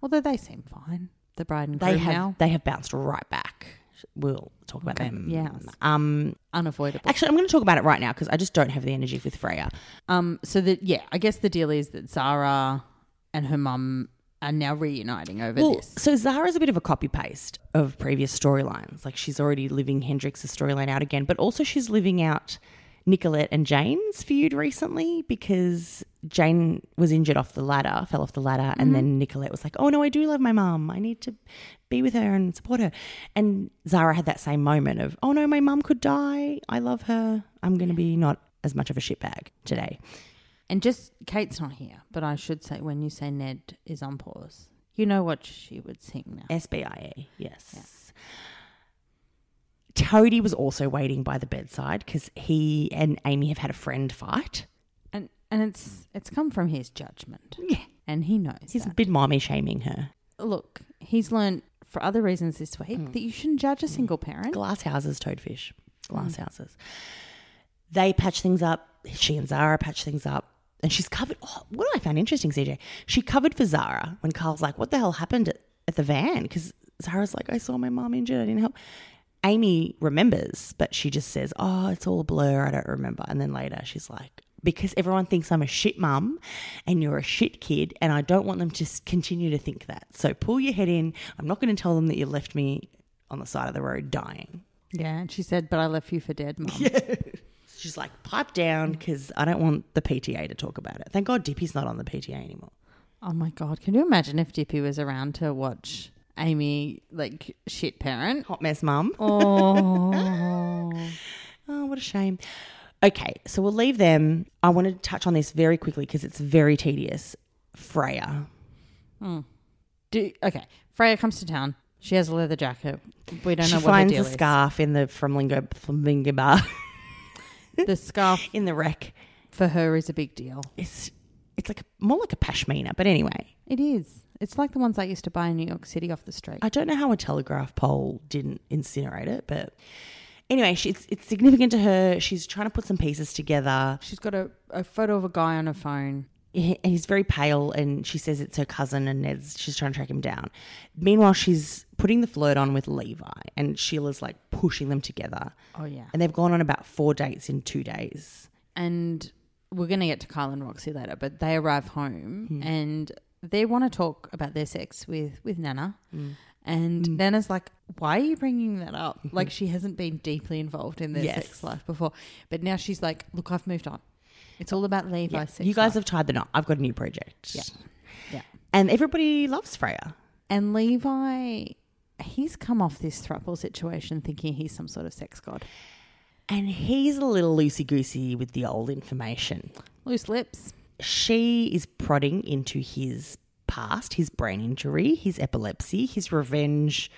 Although they seem fine, the bride and groom
they have.
now
They have bounced right back. We'll talk about them.
Yes.
Um.
unavoidable.
Actually, I'm going to talk about it right now because I just don't have the energy with Freya.
Um. So that yeah, I guess the deal is that Zara and her mum are now reuniting over
Well,
this.
so Zara's a bit of a copy paste of previous storylines. Like she's already living Hendrix's storyline out again, but also she's living out Nicolette and Jane's feud recently because Jane was injured off the ladder, fell off the ladder, and then Nicolette was like, "Oh no, I do love my mum. I need to be with her and support her." And Zara had that same moment of, "Oh no, my mum could die. I love her. I'm going to be not as much of a shitbag today."
And just Kate's not here, but I should say when you say Ned is on pause, you know what she would sing now.
SBIA, yes. Toadie was also waiting by the bedside because he and Amy have had a friend fight.
And and it's it's come from his judgment. Yeah. And he knows.
He's
that.
been mommy shaming her.
look, he's learned for other reasons this week
Hmm.
that you shouldn't judge a single parent.
Glass houses, toadfish. Glass houses. They patch things up. She and Zara patch things up. And she's covered. Oh, what I found interesting, CJ, she covered for Zara when Carl's like, what the hell happened at, at the van? Because Zara's like, I saw my mom injured. I didn't help. Amy remembers, but she just says, oh, it's all a blur. I don't remember. And then later she's like, because everyone thinks I'm a shit mum and you're a shit kid, and I don't want them to s- continue to think that. So pull your head in. I'm not going to tell them that you left me on the side of the road dying.
Yeah, and she said, "But I left you for dead, mum."
She's like, pipe down because I don't want the PTA to talk about it. Thank God Dippy's not on the PTA anymore.
Oh my god, can you imagine if Dippy was around to watch Amy like shit parent?
Hot mess mum.
Oh,
Oh, what a shame. Okay, so we'll leave them. I want to touch on this very quickly because it's very tedious. Freya.
do okay. Freya comes to town. She has a leather jacket. We don't
She
know what her
finds
deal
a scarf in the Flamingo Flamingo Bar
is. The scarf
in the wreck.
for her is a big deal.
It's it's like a, more like a pashmina, but anyway,
It is. It's like the ones I used to buy in New York City off the street.
I don't know how a telegraph pole didn't incinerate it, but anyway, she, it's, it's significant to her. She's trying to put some pieces together,
She's got a, a photo of a guy on her phone.
he- and he's very pale. And she says it's her cousin, and Ned's, she's trying to track him down. Meanwhile, she's putting the flirt on with Levi, and Sheila's like pushing them together.
Oh yeah.
And they've gone on about four dates in two days.
and we're going to get to Kyle and Roxy later, but they arrive home
Hmm.
and they want to talk about their sex with with Nana.
Hmm.
And Nana's like, "Why are you bringing that up? Like she hasn't been deeply involved in their
Yes.
sex life before, but now she's like, "Look, I've moved on. It's all about Levi's sex."
you guys
life.
have tied the knot. I've got a new project.
Yeah. Yeah.
And everybody loves Freya.
And Levi he's come off this throuple situation thinking he's some sort of sex god.
And he's a little loosey goosey with the old information.
Loose lips.
she is prodding into his past, his brain injury, his epilepsy, his revenge,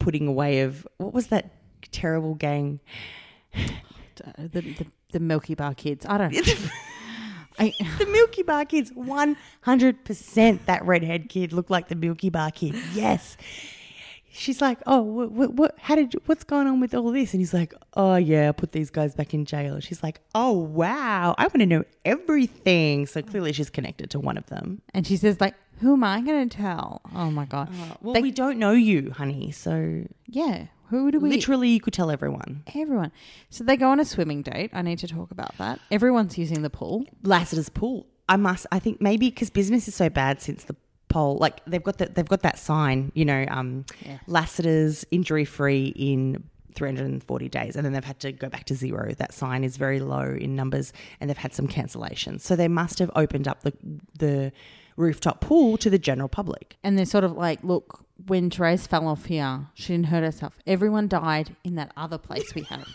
putting away of what was that terrible gang?
Uh, The, the, the Milky Bar kids. I don't know. I,
The Milky Bar kids, 100% that redhead kid looked like the Milky Bar kid. Yes. She's like, oh, what, what, what, how did, you, what's going on with all this? And he's like, oh yeah, I put these guys back in jail. She's like, oh wow, I want to know everything. So clearly she's connected to one of them.
And she says, like, who am I going to tell? Oh my god.
Uh, Well,
They-
we don't know you, honey. So
yeah. Who do we?
literally you could tell everyone.
Everyone. So they go on a swimming date. I need to talk about that. Everyone's using the pool.
Lassiter's pool. I must. I think maybe because business is so bad since the poll. Like they've got that. They've got that sign. You know, um, Lassiter's injury free in. 340 days and then they've had to go back to zero that sign is very low in numbers and they've had some cancellations so they must have opened up the the rooftop pool to the general public
And they're sort of like, look, when Therese fell off here, she didn't hurt herself. Everyone died in that other place we have.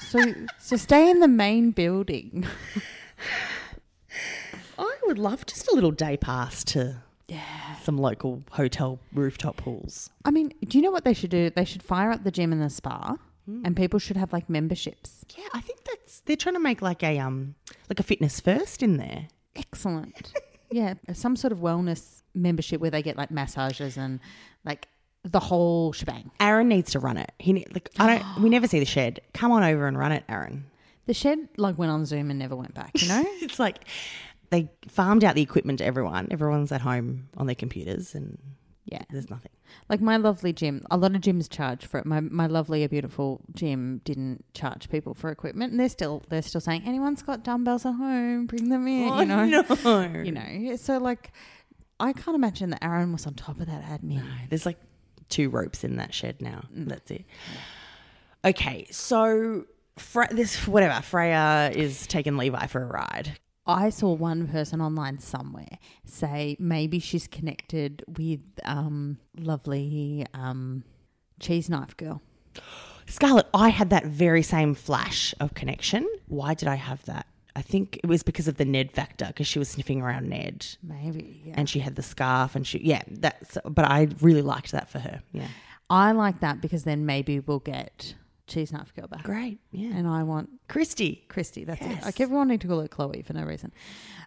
so, so stay in the main building.
i would love just a little day pass to yeah some local hotel rooftop pools
I mean, do you know what they should do? They should fire up the gym and the spa,
Hmm.
and people should have like memberships.
Yeah, I think that's they're trying to make like a um like a fitness first in there.
Excellent. yeah, some sort of wellness membership where they get like massages and like the whole shebang.
Aaron needs to run it. He ne- like I don't. We never see the shed. Come on over and run it, Aaron.
The shed like went on Zoom and never went back. You know,
It's like they farmed out the equipment to everyone. Everyone's at home on their computers, and
yeah.
there's nothing.
Like my lovely gym, a lot of gyms charge for it. My my lovely, a beautiful gym didn't charge people for equipment, and they're still they're still saying anyone's got dumbbells at home, bring them in. you know,
no.
you know. So like, I can't imagine that Aaron was on top of that admin.
There's like two ropes in that shed now.
Mm.
That's it. Okay, so Fre- this whatever Freya is taking Levi for a ride.
I saw one person online somewhere say maybe she's connected with um lovely um cheese knife girl.
Scarlett, I had that very same flash of connection. Why did I have that? I think it was because of the Ned factor, because she was sniffing around Ned
Maybe, yeah.
and she had the scarf and she, yeah, that's, but I really liked that for her. Yeah.
I like that because then maybe we'll get cheese knife girl back.
Great. Yeah.
And I want
Christy.
Christy. That's
Yes.
it. I kept wanting to call her Chloe for no reason.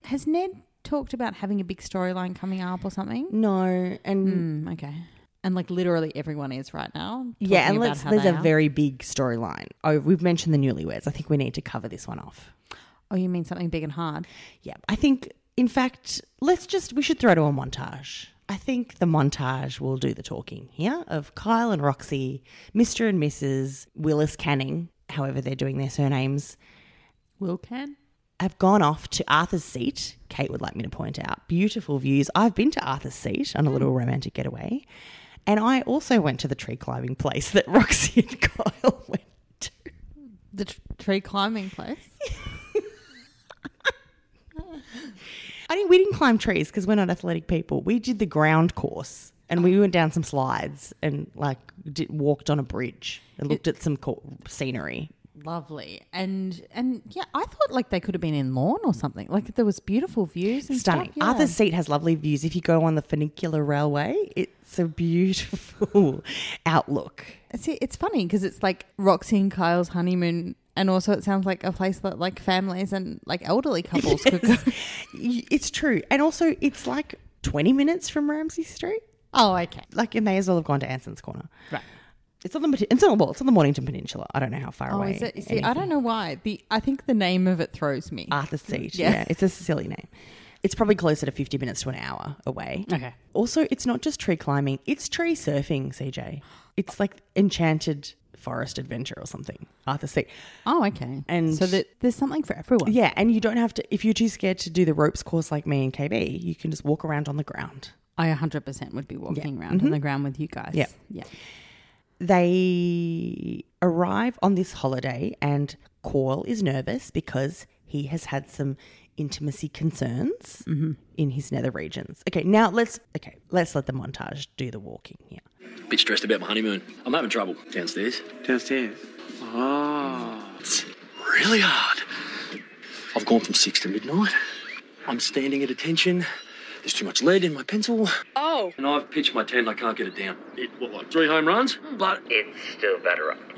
Has Ned talked about having a big storyline coming up or something?
No. And
Mm, okay. And like literally everyone is right now.
yeah,
talking
and
about
let's,
how
there's
they
a
are.
very big storyline. Oh, we've mentioned the newlyweds. I think we need to cover this one off.
Oh, you mean something big and hard?
Yeah. I think, in fact, let's just, we should throw to a montage. I think the montage will do the talking here of Kyle and Roxy, Mr. and Mrs. Willis Canning, however they're doing their surnames,
Will can.
have gone off to Arthur's Seat. Kate would like me to point out beautiful views. I've been to Arthur's Seat on a little romantic getaway. And I also went to the tree climbing place that Roxy and Kyle went to.
The tr- tree climbing place.
I mean, we didn't climb trees because we're not athletic people. We did the ground course and we went down some slides and like did, walked on a bridge and looked at some co- scenery.
Lovely. And and yeah, I thought like they could have been in lawn or something. Like there was beautiful views and
Stunning.
Stuff, yeah.
Arthur's Seat has lovely views. If you go on the funicular railway, it's a beautiful outlook.
See, it's funny because it's like Roxy and Kyle's honeymoon, and also it sounds like a place that like families and like elderly couples could go.
Y- It's true. And also, it's like 20 minutes from Ramsey Street.
Oh, okay.
Like, it may as well have gone to Anson's Corner. Right. It's on the Mati- it's on well, it's on the Mornington Peninsula. I don't know how far
Oh,
away.
is it? See, I
anything-
don't know why. The I think the name of it throws me.
Arthur's Seat.
Yeah.
Yeah. it's a silly name. It's probably closer to 50 minutes to an hour away.
Okay.
Also, it's not just tree climbing, it's tree surfing, CJ. It's like enchanted forest adventure or something. Arthur's Seat.
oh, okay.
And-
so that there's something for everyone.
Yeah, and you don't have to, if you're too scared to do the ropes course like me and KB, you can just walk around on the ground.
I 100 percent would be walking around on the ground with you guys.
Mm-hmm. Yeah.
yeah.
They arrive on this holiday, and Call is nervous because he has had some intimacy concerns in his nether regions. Okay, now let's okay, let's let the montage do the walking here.
Bit stressed about my honeymoon. I'm having trouble downstairs. Ah.
Downstairs. Oh.
It's really hard. I've gone from six to midnight. I'm standing at attention. There's too much lead in my pencil.
Oh,
And I've pitched my tent, I can't get it down. It, what, like three home runs? But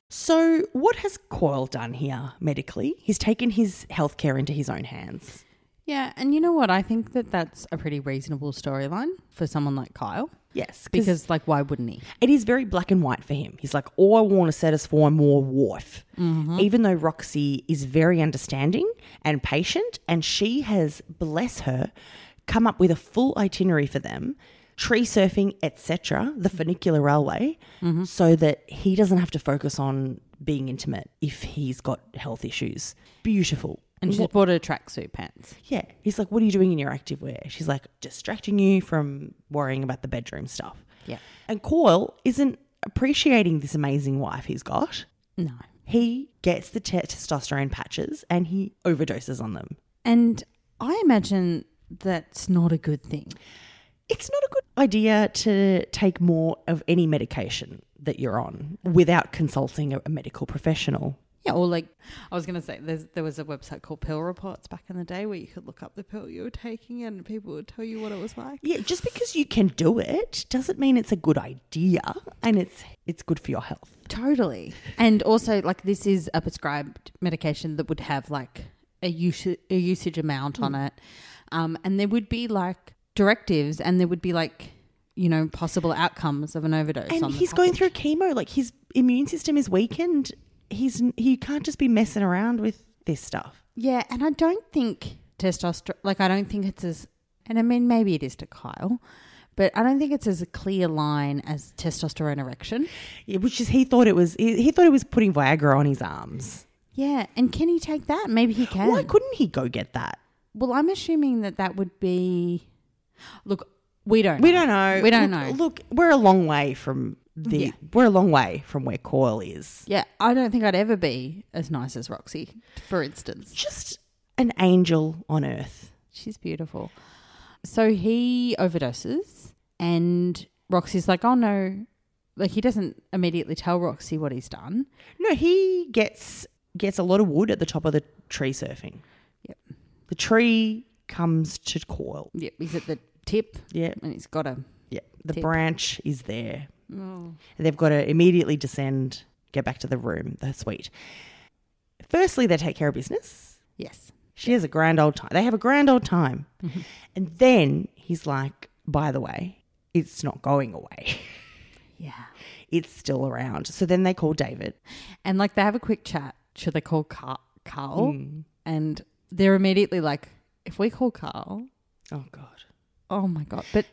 So, what has Coyle done here medically? He's taken his healthcare into his own hands.
Yeah, and you know what? I think that that's a pretty reasonable storyline for someone like Kyle.
Yes,
Because, like, why wouldn't he?
it is very black and white for him. He's like, all I want to satisfy more wife.
Mm-hmm.
Even though Roxy is very understanding and patient, and she has, bless her, come up with a full itinerary for them, tree surfing, etc., the funicular railway,
Mm-hmm.
so that he doesn't have to focus on being intimate if he's got health issues. Beautiful.
And she's bought her tracksuit pants.
Yeah. He's like, What are you doing in your active wear? She's like, Distracting you from worrying about the bedroom stuff.
Yeah.
And Coyle isn't appreciating this amazing wife he's got.
No.
He gets the te- testosterone patches and he overdoses on them.
And I imagine that's not a good thing.
It's not a good idea to take more of any medication that you're on without consulting a, a medical professional.
Yeah, or like I was going to say, there's, there was a website called Pill Reports back in the day where you could look up the pill you were taking and people would tell you what it was like.
Yeah, just because you can do it doesn't mean it's a good idea and it's it's good for your health.
Totally. And also, like, this is a prescribed medication that would have like a, usa- a usage amount on it. Um, and there would be like directives and there would be like, you know, possible outcomes of an overdose.
And
on the
he's going through
package.
chemo, like his immune system is weakened. He's he can't just be messing around with this stuff.
Yeah. And I don't think testosterone, like, I don't think it's as, and I mean, maybe it is to Kyle, but I don't think it's as a clear line as testosterone erection.
Yeah, which is he thought it was he, he thought it was putting Viagra on his arms.
Yeah. And can he take that? Maybe he can.
Why couldn't he go get that?
Well, I'm assuming that that would be. Look, we don't.
We don't know.
We don't
Look-
know.
Look, we're a long way from the
Yeah.
we're a long way from where Coil is.
Yeah, I don't think I'd ever be as nice as Roxy, for instance.
Just an angel on earth.
She's beautiful. So he overdoses, and Roxy's like, "Oh no!" Like he doesn't immediately tell Roxy what he's done.
No, he gets gets a lot of wood at the top of the tree surfing.
Yep.
The tree comes to Coil.
Yep, he's at the tip.
Yeah.
and he's got a.
Yeah. The
Tip.
branch is there. They've got to immediately descend, get back to the room, the suite. Firstly, they take care of business.
Yes.
She has a grand old time. They have a grand old time. And then he's like, by the way, it's not going away.
Yeah.
It's still around. So then they call David.
And like they have a quick chat. Should they call Car- Carl? And they're immediately like, "If we call Carl,
Oh, God.
Oh my god! But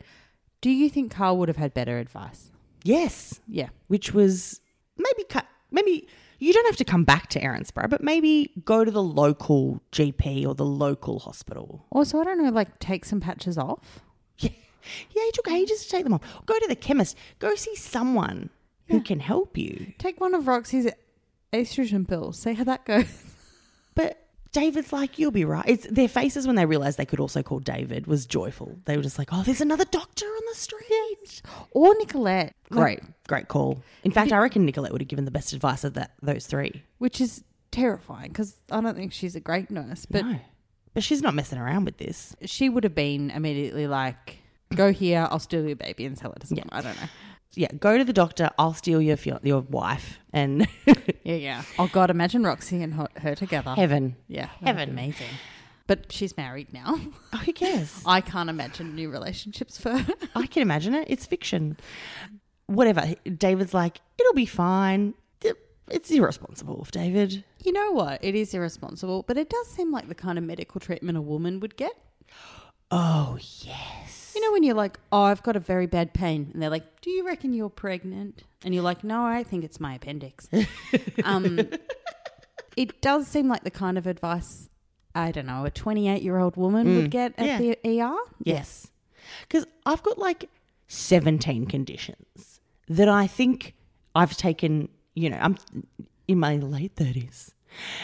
do you think Carl would have had better advice?
Yes.
Yeah,
Which was maybe, cut, maybe you don't have to come back to Erinsborough, but maybe go to the local GP or the local hospital.
Also, I don't know, like take some patches off.
Yeah. Yeah, it took ages to take them off. Go to the chemist. Go see someone who can help you.
Take one of Roxy's estrogen pills. See how that goes.
But David's like, you'll be right. It's their faces when they realized they could also call David was joyful. They were just like, oh, there's another doctor on the street.
Or Nicolette, like,
Great, great call. In fact, I reckon Nicolette would have given the best advice of that those three.
which is terrifying because I don't think she's a great nurse, but
no. But she's not messing around with this.
she would have been immediately like, "Go here, I'll steal your baby and sell it to someone." I don't know.
Yeah, go to the doctor. I'll steal your fio- your wife and
Yeah, yeah. Oh God, imagine Roxy and her, her together.
heaven.
Yeah,
Heaven.
amazing. But she's married now.
Oh, who cares?
I can't imagine new relationships for her.
I can imagine it. It's fiction. Whatever. David's like, it'll be fine. It's irresponsible of David.
You know what? It is irresponsible, but it does seem like the kind of medical treatment a woman would get.
Oh yes.
You know, when you're like, oh, I've got a very bad pain. And they're like, do you reckon you're pregnant? And you're like, no, I think it's my appendix. um, it does seem like the kind of advice, I don't know, a 28 year old woman would get at
Mm. Yeah.
the ER.
Yes. Because I've got like 17 conditions that I think I've taken, you know, I'm in my late 30s.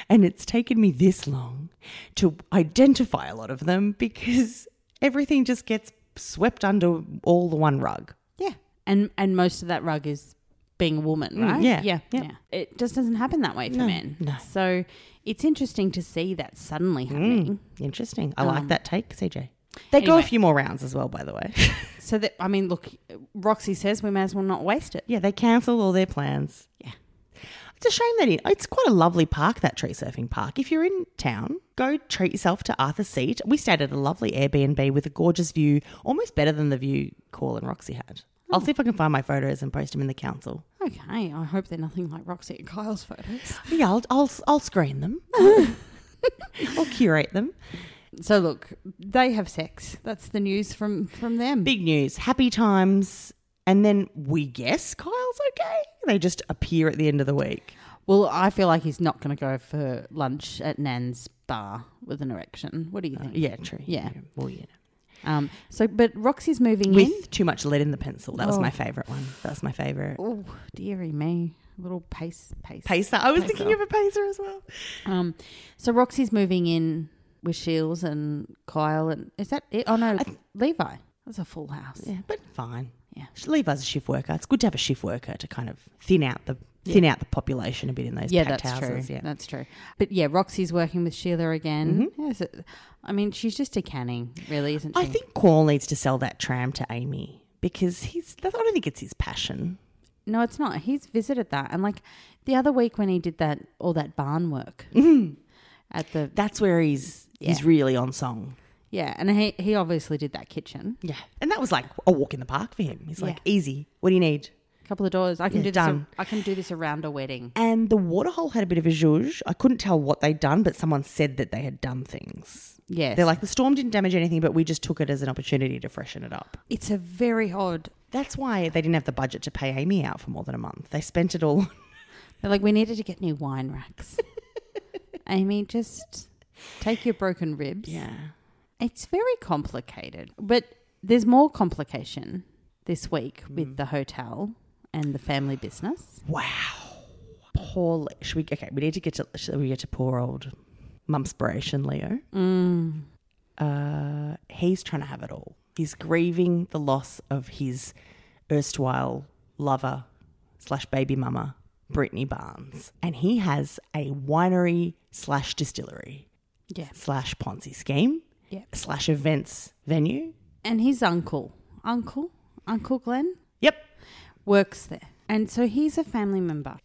And it's taken me this long to identify a lot of them because everything just gets swept under all the one rug.
Yeah. And, and most of that rug is being a woman, right?
Mm, yeah,
yeah.
yeah.
Yeah. It just doesn't happen that way for men.
no. Mm.
So it's interesting to see that suddenly happening.
Interesting. I like that take, CJ. They go a
Um, anyway.
few more rounds as well, by the way.
So that I mean, look, Roxy says we may as well not waste it.
yeah, they cancel all their plans.
Yeah.
It's a shame that it, it's quite a lovely park, that tree surfing park. If you're in town, go treat yourself to Arthur's Seat. We stayed at a lovely Airbnb with a gorgeous view, almost better than the view Call and Roxy had.
Hmm.
I'll see if I can find my photos and post them in the council.
Okay, I hope they're nothing like Roxy and Kyle's photos.
Yeah, I'll, I'll, I'll screen them. I'll curate them.
So look, they have sex. That's the news from from them.
Big news, happy times. And then we guess Kyle's okay. They just appear at the end of the week.
Well, I feel like he's not going to go for lunch at Nan's bar with an erection. What do you think?
Uh, Yeah, true.
Yeah.
Well, you know.
Um. So, but Roxy's moving in.
With too much lead in the pencil. That was my favourite one. That was my favourite.
Oh, dearie me. Little pace, pace.
Pacer. I was
Pacer.
thinking of a pacer as well.
Um, so Roxy's moving in with Shields and Kyle, and is that it? Oh no, Levi. That's a full house.
Yeah, but fine.
Yeah.
Levi's a shift worker. It's good to have a shift worker to kind of thin out the thin out the population a bit in those
yeah,
packed
that's
houses.
true.
Yeah. Mm-hmm.
That's true. But yeah, Roxy's working with Sheila again. Yeah, so- I mean, she's just a canning, really, isn't she?
I think Quall needs to sell that tram to Amy because he's I don't think it's his passion.
no, it's not. He's visited that, and like the other week when he did that all that barn work at the
That's where he's he's
Yeah.
really on song.
yeah, and he he obviously did that kitchen.
Yeah. And that was like a walk in the park for him. He's like,
Yeah.
easy. What do you need?
A couple of doors. I can
Yeah,
do
done.
this. A, I can do this around a wedding.
And the waterhole had a bit of a zhuzh. I couldn't tell what they'd done, but someone said that they had done things.
Yes,
They're like, the storm didn't damage anything, but we just took it as an opportunity to freshen it up.
it's a very odd.
That's why they didn't have the budget to pay Amy out for more than a month. They spent it all.
They're like, we needed to get new wine racks. Amy, just take your broken ribs. It's very complicated, but there's more complication this week with the hotel and the family business.
Wow. Poor. Le- Should we? Okay, we need to get to. Should we get to poor old mumspiration Leo? Uh, he's trying to have it all. He's grieving the loss of his erstwhile lover slash baby mama, Brittany Barnes, and he has a winery slash distillery
Yeah.
slash Ponzi scheme
Yep.
slash events venue.
And his uncle, uncle, Uncle Glenn,
Yep,
works there. And so he's a family member.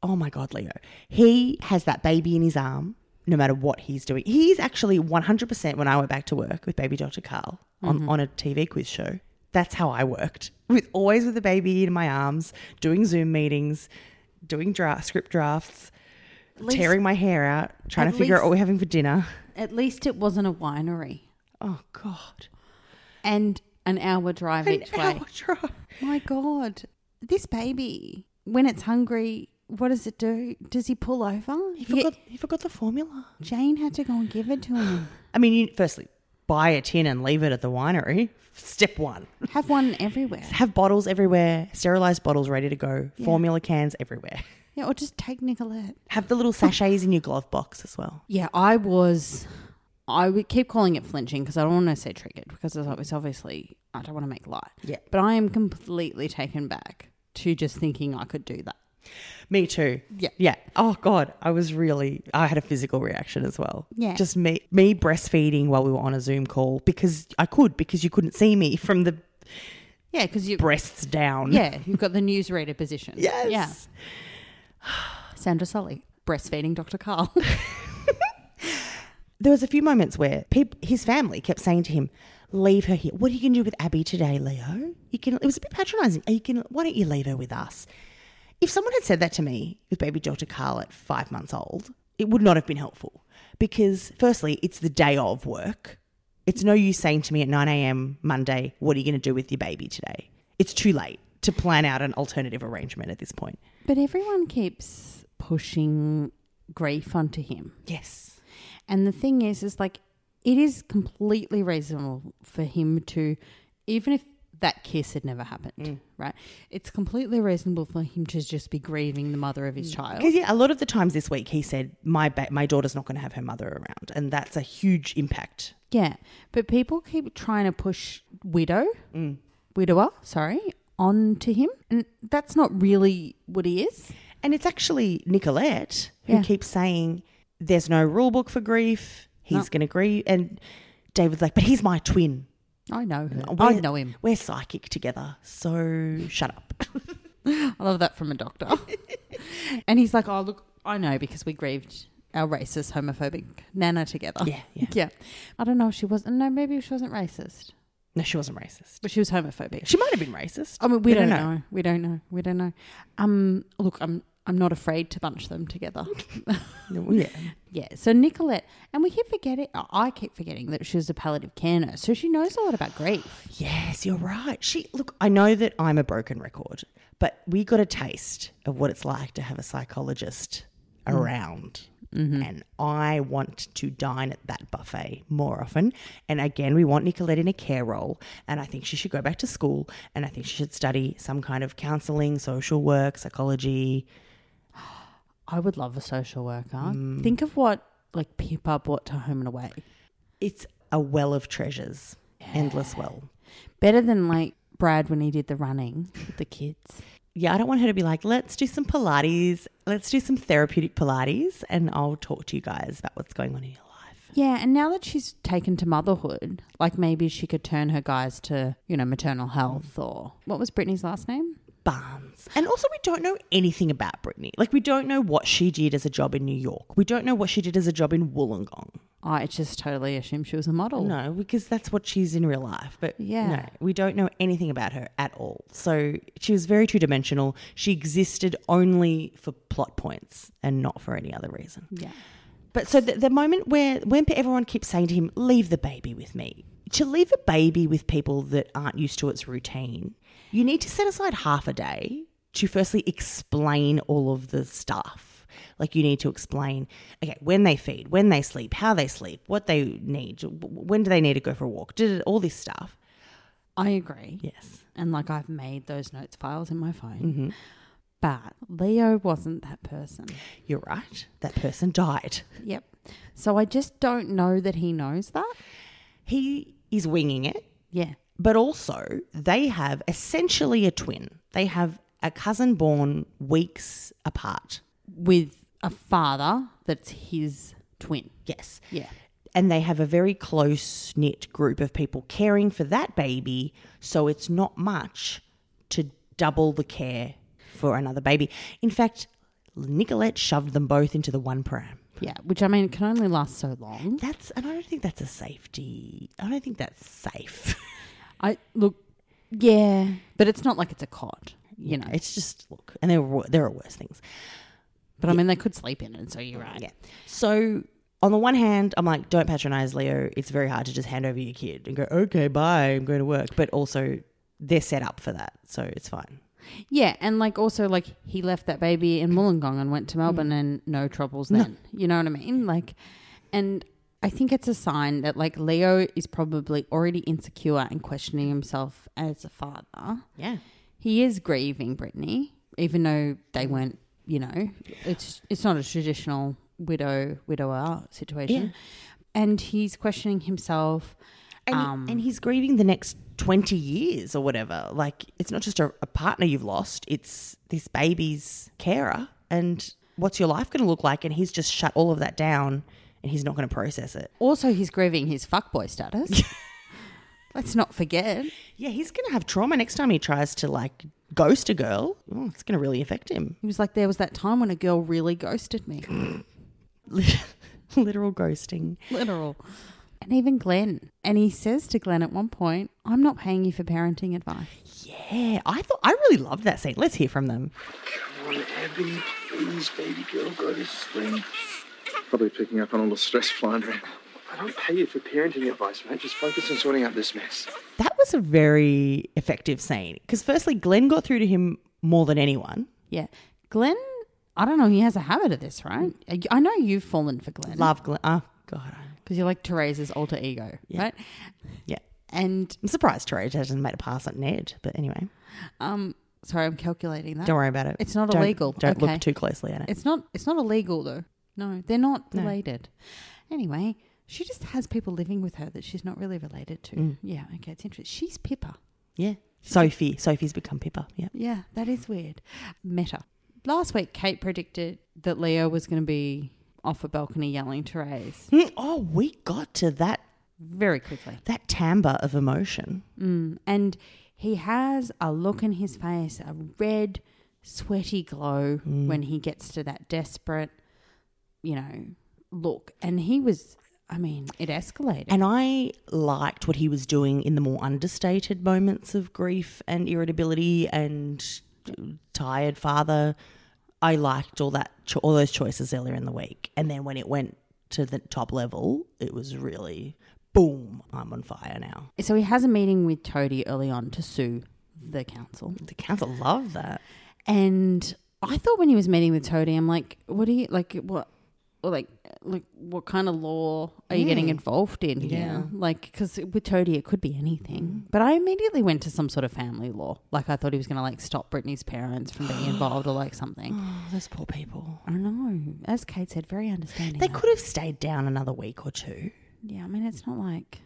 oh my god leo he has that baby in his arm no matter what he's doing he's actually 100% when i went back to work with baby dr carl on,
Mm-hmm.
on a tv quiz show that's how i worked with always with the baby in my arms doing zoom meetings doing draft script drafts tearing my hair out trying
at
to figure out
least-
what we're having for dinner
At least it wasn't a winery
oh god
and an hour drive
An
each way.
hour drive.
My God, this baby, when it's hungry, what does it do? Does he pull over?
he
He-
forgot he forgot the formula
Jane had to go and give it to him.
i mean you, firstly buy a tin and leave it at the winery step one
Have one everywhere.
have bottles everywhere, sterilized bottles ready to go, formula cans everywhere.
Yeah, or just take Nicolette.
Have the little sachets in your glove box as well.
Yeah, I was. I would keep calling it flinching because I don't want to say triggered because it's obvious- obviously I don't want to make light.
Yeah.
But I am completely taken back to just thinking I could do that.
Me too.
Yeah.
Yeah. Oh God. I was really I had a physical reaction as well.
Yeah.
Just me me breastfeeding while we were on a Zoom call because I could, because you couldn't see me from the
Yeah, because you.
breasts down.
Yeah, you've got the newsreader position.
Yes.
Yeah. Sandra Sully, breastfeeding Dr. Carl.
There was a few moments where peop his family kept saying to him, Leave her here. What are you gonna do with Abby today, Leo? You can it was a bit patronizing. Are you gonna why don't you leave her with us? If someone had said that to me with baby Dr. Carl at five months old, it would not have been helpful. Because firstly, it's the day of work. It's no use saying to me at 9 a.m. Monday, what are you going to do with your baby today? It's too late to plan out an alternative arrangement at this point.
but everyone keeps pushing grief onto him.
Yes.
And the thing is, is like it is completely reasonable for him to, even if that kiss had never happened, right? It's completely reasonable for him to just be grieving the mother of his child.
Because, yeah, a lot of the times this week he said, my, ba- my daughter's not going to have her mother around. And that's a huge impact.
Yeah, but people keep trying to push widow, widower, sorry, on to him, and that's not really what he is.
And it's actually Nicolette who
Yeah.
keeps saying, there's no rule book for grief. He's
No.
going to grieve. And David's like, but he's my twin.
I know her. I
We're-
know him.
We're psychic together. So shut up.
I love that from a doctor. and he's like, "Oh, look, I know because we grieved our racist, homophobic nana together."
Yeah, yeah.
I don't know. if She wasn't. No, maybe she wasn't racist,
no, she wasn't racist.
but she was homophobic.
She might have been racist.
I mean, we, don't, know. We don't know. We don't know. Um, look, I'm I'm not afraid to bunch them together.
know. Yeah.
yeah. So Nicolette, and we keep forgetting. I keep forgetting that she was a palliative care nurse, so she knows a lot about grief.
Yes, you're right. She look, I know that I'm a broken record, but we got a taste of what it's like to have a psychologist around. And I want to dine at that buffet more often. And again, we want Nicolette in a care role. And I think she should go back to school. And I think she should study some kind of counseling, social work, psychology.
I would love a social worker. Think of what like Pippa brought to Home and Away.
It's a well of treasures, endless well.
Better than like Brad when he did the running with the kids.
yeah, I don't want her to be like, let's do some Pilates, let's do some therapeutic Pilates, and I'll talk to you guys about what's going on in your life.
Yeah, and now that she's taken to motherhood, like maybe she could turn her guys to, you know, maternal health or what was Brittany's last name?
Barnes. And also, we don't know anything about Brittany. Like, we don't know what she did as a job in New York. We don't know what she did as a job in Wollongong.
I just totally assumed she was a model.
No, because that's what she's in real life. But
Yeah.
no, we don't know anything about her at all. So she was very two dimensional. She existed only for plot points and not for any other reason.
Yeah.
But so the, the moment where when everyone keeps saying to him, "Leave the baby with me," to leave a baby with people that aren't used to its routine, you need to set aside half a day to firstly explain all of the stuff. Like you need to explain, okay, when they feed, when they sleep, how they sleep, what they need, w- when do they need to go for a walk, did it, all this stuff.
I agree.
Yes. Mm-hmm.
And like I've made those notes files in my phone. But Leo wasn't that person.
You're right. That person died.
Yep. So I just don't know that he knows that.
He is winging it.
Yeah.
but also they have essentially a twin. They have a cousin born weeks apart.
With a father that's his twin.
Yes.
Yeah.
And they have a very close knit group of people caring for that baby. So it's not much to double the care for another baby. In fact, Nicolette shoved them both into the one pram.
Yeah. Which I mean can only last so long.
That's, and I don't think that's a safety. I don't think that's safe.
I look, yeah, but it's not like it's a cot, you know.
it's just, look, and there were, there are worse things.
But I mean, they could sleep in it, so you're right.
Yeah. So on the one hand, I'm like, don't patronize Leo. It's very hard to just hand over your kid and go, okay, bye, I'm going to work. But also, they're set up for that, so it's fine.
Yeah, and like also like he left that baby in
Mm.
Wollongong and went to Melbourne, and no troubles then. You know what I mean? Like, and I think it's a sign that like Leo is probably already insecure and questioning himself as a father.
Yeah.
He is grieving Brittany, even though they
Mm.
weren't. You know, it's it's not a traditional widow widower situation, and he's questioning himself.
And, he- and he's grieving the next 20 years or whatever. Like, it's not just a, a partner you've lost, it's this baby's carer. And what's your life going to look like? And he's just shut all of that down and he's not going to process it.
Also, he's grieving his fuckboy status. Let's not forget.
Yeah, he's going to have trauma next time he tries to, like, ghost a girl. Oh, it's going to really affect him.
He was like, there was that time when a girl really ghosted me.
Literal ghosting.
Literal. And even Glenn. And he says to Glenn at one point, I'm not paying you for parenting advice.
Yeah, I thought I really loved that scene. Let's hear from them.
Come on, Abby. Please, baby girl, go to sleep. Probably picking up on all the stress flying around. I don't pay you for parenting advice, mate. Just focus on sorting out this mess.
That was a very effective scene because, firstly, Glenn got through to him more than anyone.
Yeah. Glenn, I don't know, he has a habit of this, right? I know you've fallen for Glenn.
Love Glenn. Oh, God.
Because you're like Teresa's alter ego, right?
Yeah.
And
I'm surprised Terry hasn't made a pass at Ned, but anyway,
um sorry, I'm calculating that.
don't worry about it.
It's not
Don't-
illegal.
Don't
Okay.
look too closely at it.
It's not it's not illegal though. No, they're not related. Anyway, she just has people living with her that she's not really related to. Yeah, okay, it's interesting. She's Pippa.
yeah. Sophie. Sophie's become Pippa. Yeah.
Yeah, that is weird. Meta. Last week, Kate predicted that Leo was going to be off a balcony yelling Therese
Mm, Oh, we got to that
very quickly.
that timbre of emotion.
And he has a look in his face, a red, sweaty glow when he gets to that desperate, you know, look. And he was, I mean, it escalated.
And I liked what he was doing in the more understated moments of grief and irritability and tired father. I liked all that cho- all those choices earlier in the week, and then when it went to the top level, it was really boom. I'm on fire now.
so he has a meeting with Toadie early on to sue the council.
The council love that.
And I thought when he was meeting with Toadie, I'm like, what are you like? What, or like, like what kind of law are you getting involved in here? Like, because with Toadie, it could be anything.
Mm.
But I immediately went to some sort of family law. Like, I thought he was going to like stop Britney's parents from being involved or like something.
Oh, those poor people.
I know. As Kate said, very understanding.
They
though.
could have stayed down another week or two.
yeah. I mean, it's not like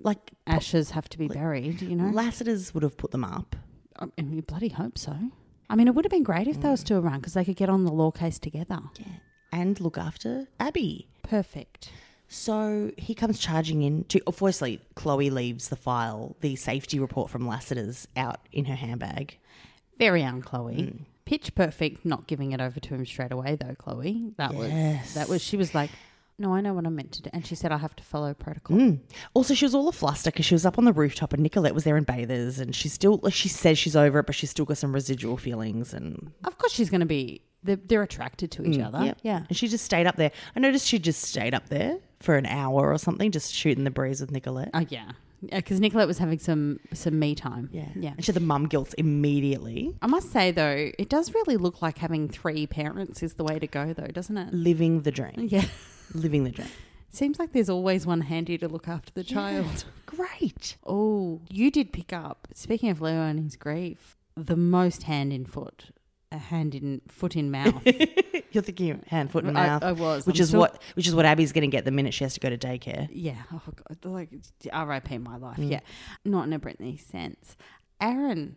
Like
ashes have to be buried, you know.
Lassiter's would have put them up.
I mean, we bloody hope so. I mean, it would have been great if
Mm.
those two were around because they could get on the law case together.
And look after Abby.
Perfect.
So he comes charging in to. oh, Firstly, Chloe leaves the file, the safety report from Lassiter's, out in her handbag.
Very un Chloe.
Mm.
Pitch perfect, not giving it over to him straight away though, Chloe. That was that was she was like, No, I know what I'm meant to do and she said I have to follow protocol.
Mm. Also, she was all a fluster because she was up on the rooftop and Nicolette was there in bathers, and she still like, she says she's over it, but she's still got some residual feelings. And
Of course she's gonna be they're, they're attracted to each other. Yeah.
Mm. and she just stayed up there. I noticed she just stayed up there for an hour or something, just shooting the breeze with Nicolette.
Oh yeah. Because Nicolette was having some some me time.
yeah,
Yeah.
And she had the mum guilt immediately.
I must say though, it does really look like having three parents is the way to go though, doesn't it?
Living the dream.
Yeah.
Living the dream.
Seems like there's always one handy to look after the child.
Great.
Oh, you did pick up. Speaking of Leo and his grief, the most hand in foot, a hand in foot in mouth.
You're thinking of hand, foot, and
I-
mouth.
I was.
which
I'm
is
still-
what which is what Abby's going to get the minute she has to go to daycare.
yeah, oh god, they're like it's R.I.P. My life.
Mm.
Yeah, not in a Britney sense. Aaron,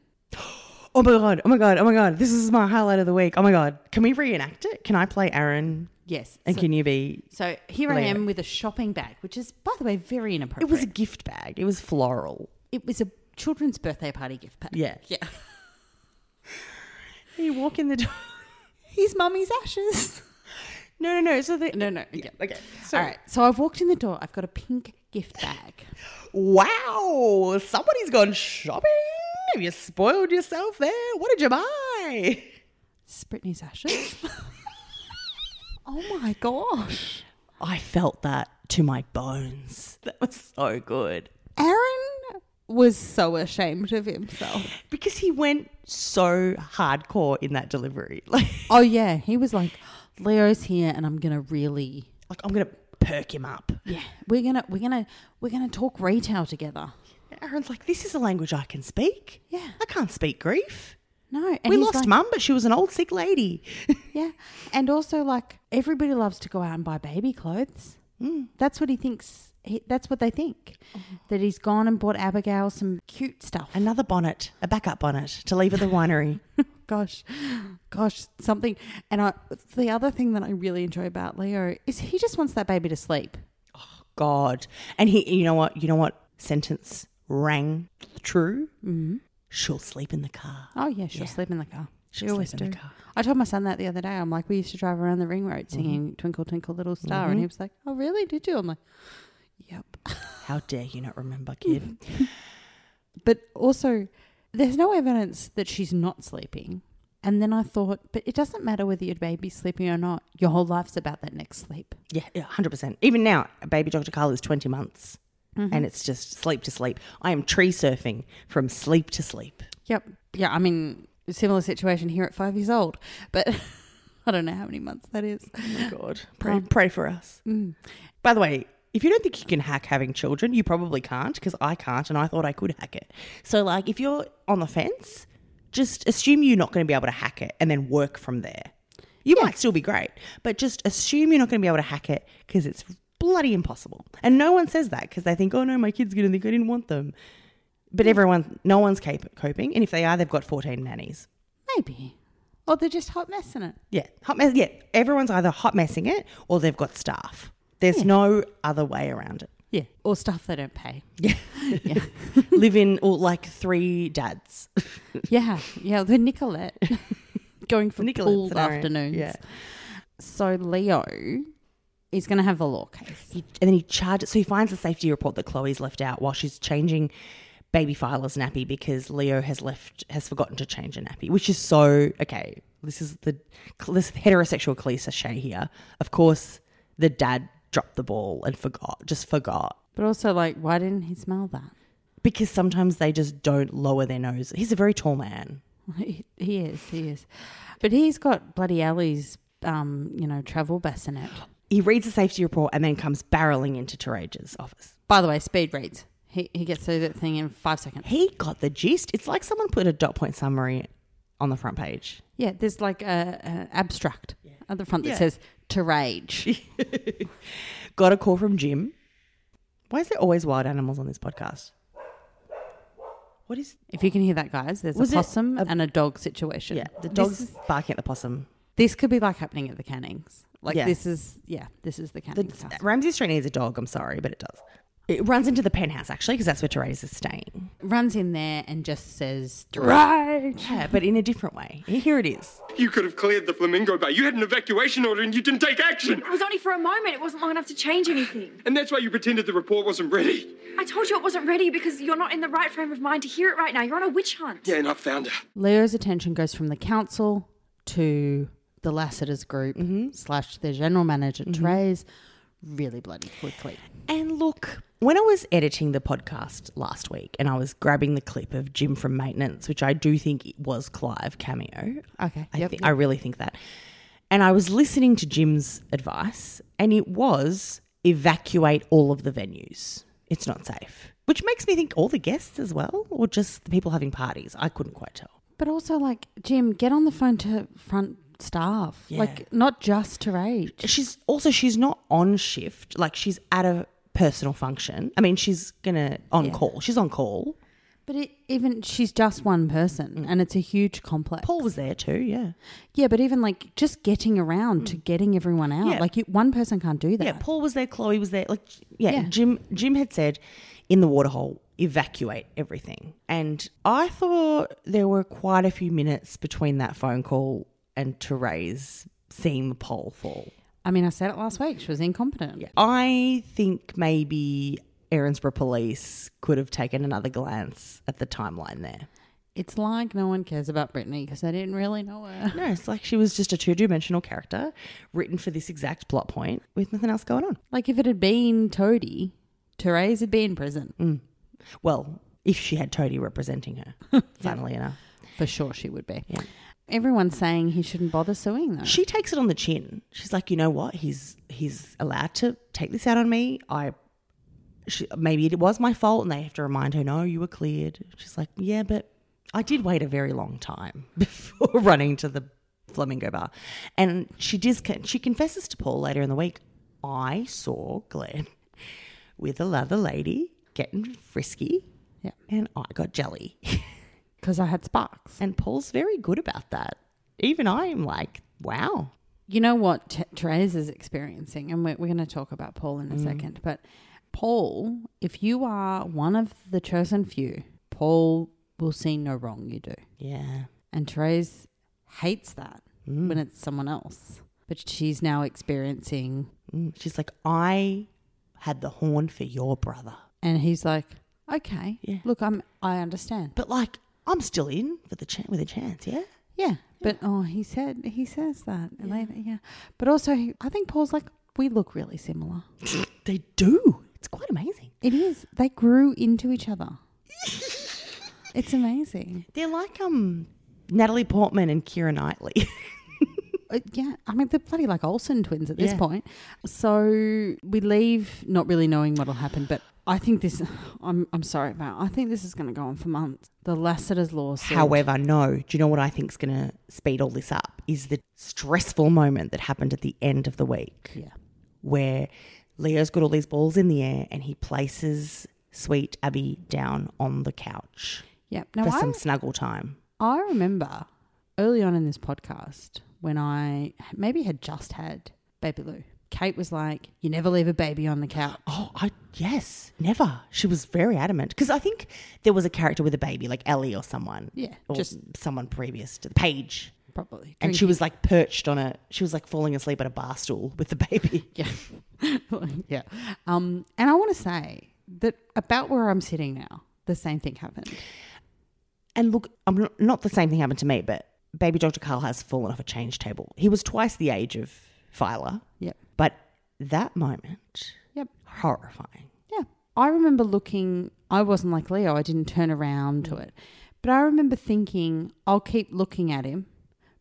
Oh my god! Oh my god! Oh my god! This is my highlight of the week. Oh my god! Can we reenact it? Can I play Aaron?
yes.
And
So,
can you be?
so here I
Leo.
am with a shopping bag, which is, by the way, very
It
inappropriate.
was a gift bag. It was floral.
it was a children's birthday party gift pack.
Yeah.
yeah.
You walk in the door.
His mummy's ashes.
No, no, no. So the
No, no. Yeah.
Okay.
All right. So I've walked in the door. I've got a pink gift bag.
Wow! Somebody's gone shopping. Have you spoiled yourself there? What did you buy?
It's Britney's ashes. oh my gosh.
I felt that to my bones. That was so good.
Aaron was so ashamed of himself.
because he went so hardcore in that delivery. Like,
Oh yeah, he was like, Leo's here and I'm gonna really
like I'm gonna perk him up.
Yeah. We're gonna we're gonna we're gonna talk retail together.
Aaron's like, this is a language I can speak.
Yeah.
I can't speak grief.
No, and
we
he's
lost
like,
mum, but she was an old sick lady.
Yeah. And also like everybody loves to go out and buy baby clothes. Mm. That's what he thinks he, that's what they think. That he's gone and bought Abigail some cute stuff.
Another bonnet, a backup bonnet to leave at the winery.
gosh, gosh, something. And I, the other thing that I really enjoy about Leo is he just wants that baby to sleep.
God. And he, you know what? You know what sentence rang true? Mm-hmm. She'll sleep in the car.
Oh yeah, she'll sleep in the car. She
She'll
always
sleep in the
do.
car. Mm-hmm.
I told my son that the other day. I'm like, we used to drive around the ring road singing "Twinkle Twinkle Little Star," and he was like, "Oh, really? Did you?" I'm like, "Yep."
How dare you not remember, kid?
but also, there's no evidence that she's not sleeping. And then I thought, but it doesn't matter whether your baby's sleeping or not. Your whole life's about that next sleep.
yeah, yeah, 100%. Even now, baby Dr. Carla is 20 months and it's just sleep to sleep. I am tree surfing from sleep to sleep.
Yep. Yeah. I mean, similar situation here at five years old, but I don't know how many months that is.
Oh, God, pray, pray for us. By the way, if you don't think you can hack having children, you probably can't because I can't and I thought I could hack it. So, like, if you're on the fence, just assume you're not going to be able to hack it and then work from there. You might still be great, but just assume you're not going to be able to hack it because it's bloody impossible. And no one says that because they think, oh no, my kid's going to think I didn't want them. But everyone, no one's cap- coping. And if they are, they've got 14 nannies.
Maybe. Or they're just hot mess in it.
Yeah, hot mess. Yeah, everyone's either hot messing it or they've got staff. There's no other way around it.
Yeah. Or stuff they don't pay.
Yeah,
Yeah.
live in or like three dads.
yeah. Yeah. The Nicolette going for
Nicolette
pooled
scenario.
afternoons.
Yeah,
So Leo is going to have the law case.
he, and then he charges. So he finds the safety report that Chloe's left out while she's changing baby Filer's nappy because Leo has left has forgotten to change a nappy, which is so okay. This is the this heterosexual cliche here. Of course, the dad dropped the ball and forgot, just forgot.
But also, like, why didn't he smell that?
because sometimes they just don't lower their nose. He's a very tall man.
He, he is. He is. But he's got bloody Ellie's, um, you know, travel bassinet.
He reads the safety report and then comes barreling into Tarage's office.
By the way, speed reads. He, he gets through that thing in five seconds.
He got the gist. It's like someone put a dot point summary on the front page.
Yeah, there's like a, a abstract at the front that
Yeah.
says to rage.
Got a call from Jim. Why is there always wild animals on this podcast? What is
if you can hear that, guys, there's
Was it
a possum
a-
and a dog situation.
yeah? The
This
dog's
is-
barking at the possum.
This could be like happening at the Cannings. Like
Yeah.
this is yeah, this is
The,
the Cannings house.
Ramsey Street needs a dog. I'm sorry, but it does. It runs into the penthouse actually because that's where Therese is staying.
Runs in there and just says to rage.
Yeah, but in a different way. Here it is.
You could have cleared the Flamingo Bay. You had an evacuation order and you didn't take action.
It was only for a moment. It wasn't long enough to change anything.
And that's why you pretended the report wasn't ready.
I told you it wasn't ready because you're not in the right frame of mind to hear it right now. You're on a witch hunt.
Yeah, and I found her.
Leo's attention goes from the council to the Lassiter's group
Mm-hmm.
slash their general manager Therese really bloody quickly.
And look, when I was editing the podcast last week and I was grabbing the clip of Jim from maintenance, which I do think it was Clive cameo.
Okay.
I,
yep.
thi- I really think that. And I was listening to Jim's advice and it was evacuate all of the venues. It's not safe. Which makes me think all the guests as well or just the people having parties. I couldn't quite tell.
But also, like, Jim, get on the phone to front staff. Like, not just to rage.
She's also she's not on shift, like she's at a personal function. I mean, she's going to on call. She's on call.
But it, even she's just one person and it's a huge complex.
Mm. Paul was there too, yeah.
Yeah, but even like just getting around to getting everyone out.
Mm. Yeah.
Like, you, one person can't do that.
Yeah, Paul was there, Chloe was there. Like, yeah,
Yeah.
Jim. Jim had said in the waterhole, evacuate everything, and I thought there were quite a few minutes between that phone call and Therese seeing the pole fall.
I mean, I said it last week. She was incompetent.
I think maybe Erinsborough Police could have taken another glance at the timeline there.
It's like no one cares about Brittany because they didn't really know her.
No, it's like she was just a two-dimensional character written for this exact plot point with nothing else going on.
Like, if it had been Toadie, Therese would be in prison.
Mm. Well, if she had Toadie representing her, funnily enough.
For sure, she would be. Everyone's saying he shouldn't bother suing, though.
she takes it on the chin. She's like, you know what? He's he's allowed to take this out on me. I she, maybe it was my fault, and they have to remind her, no, you were cleared. She's like, yeah, but I did wait a very long time before running to the flamingo bar, and she dis- she confesses to Paul later in the week. I saw Glenn with another lady getting frisky.
Yeah.
And I got jelly.
because I had sparks.
and Paul's very good about that. Even I am like, wow.
You know what T- Therese is experiencing, and we're, we're going to talk about Paul in a second. But Paul, if you are one of the chosen few, Paul will see no wrong you do.
Yeah.
And Therese hates that when it's someone else. But she's now experiencing,
Mm. She's like, I had the horn for your brother.
and he's like, "Okay,
Yeah.
look, I'm, I understand."
But like, I'm still in for the chan with a chance, yeah?
Yeah, but oh, he said he says that yeah. later. Yeah, but also he- I think Paul's like, "We look really similar."
They do. It's quite amazing.
It is. They grew into each other. it's amazing.
They're like um Natalie Portman and Kira Knightley.
Uh, yeah, I mean they're bloody like Olsen twins at this
Yeah.
point. So we leave not really knowing what'll happen, but I think this. I'm I'm sorry about. I think this is going to go on for months. The Lassiter's lawsuit.
However, no. Do you know what I think's going to speed all this up? Is the stressful moment that happened at the end of the week.
Yeah.
Where Leo's got all these balls in the air and he places sweet Abby down on the couch
yeah. Now
for
I
some snuggle time.
I remember early on in this podcast when I maybe had just had baby Lou. Kate was like, "You never leave a baby on the couch."
Oh, I yes, never. She was very adamant because I think there was a character with a baby, like Ellie or someone.
Yeah,
or
just-
someone previous to the page.
Probably,
And she was like perched on a, she was like falling asleep at a bar stool with the baby.
yeah, yeah. Um, and I want to say that about where I'm sitting now, the same thing happened.
And look, I'm not, not the same thing happened to me, but baby Dr. Carl has fallen off a change table. He was twice the age of Phyla,
Yep,
but that moment,
yep,
horrifying.
yeah. I remember looking. I wasn't like Leo. I didn't turn around to it, but I remember thinking, "I'll keep looking at him."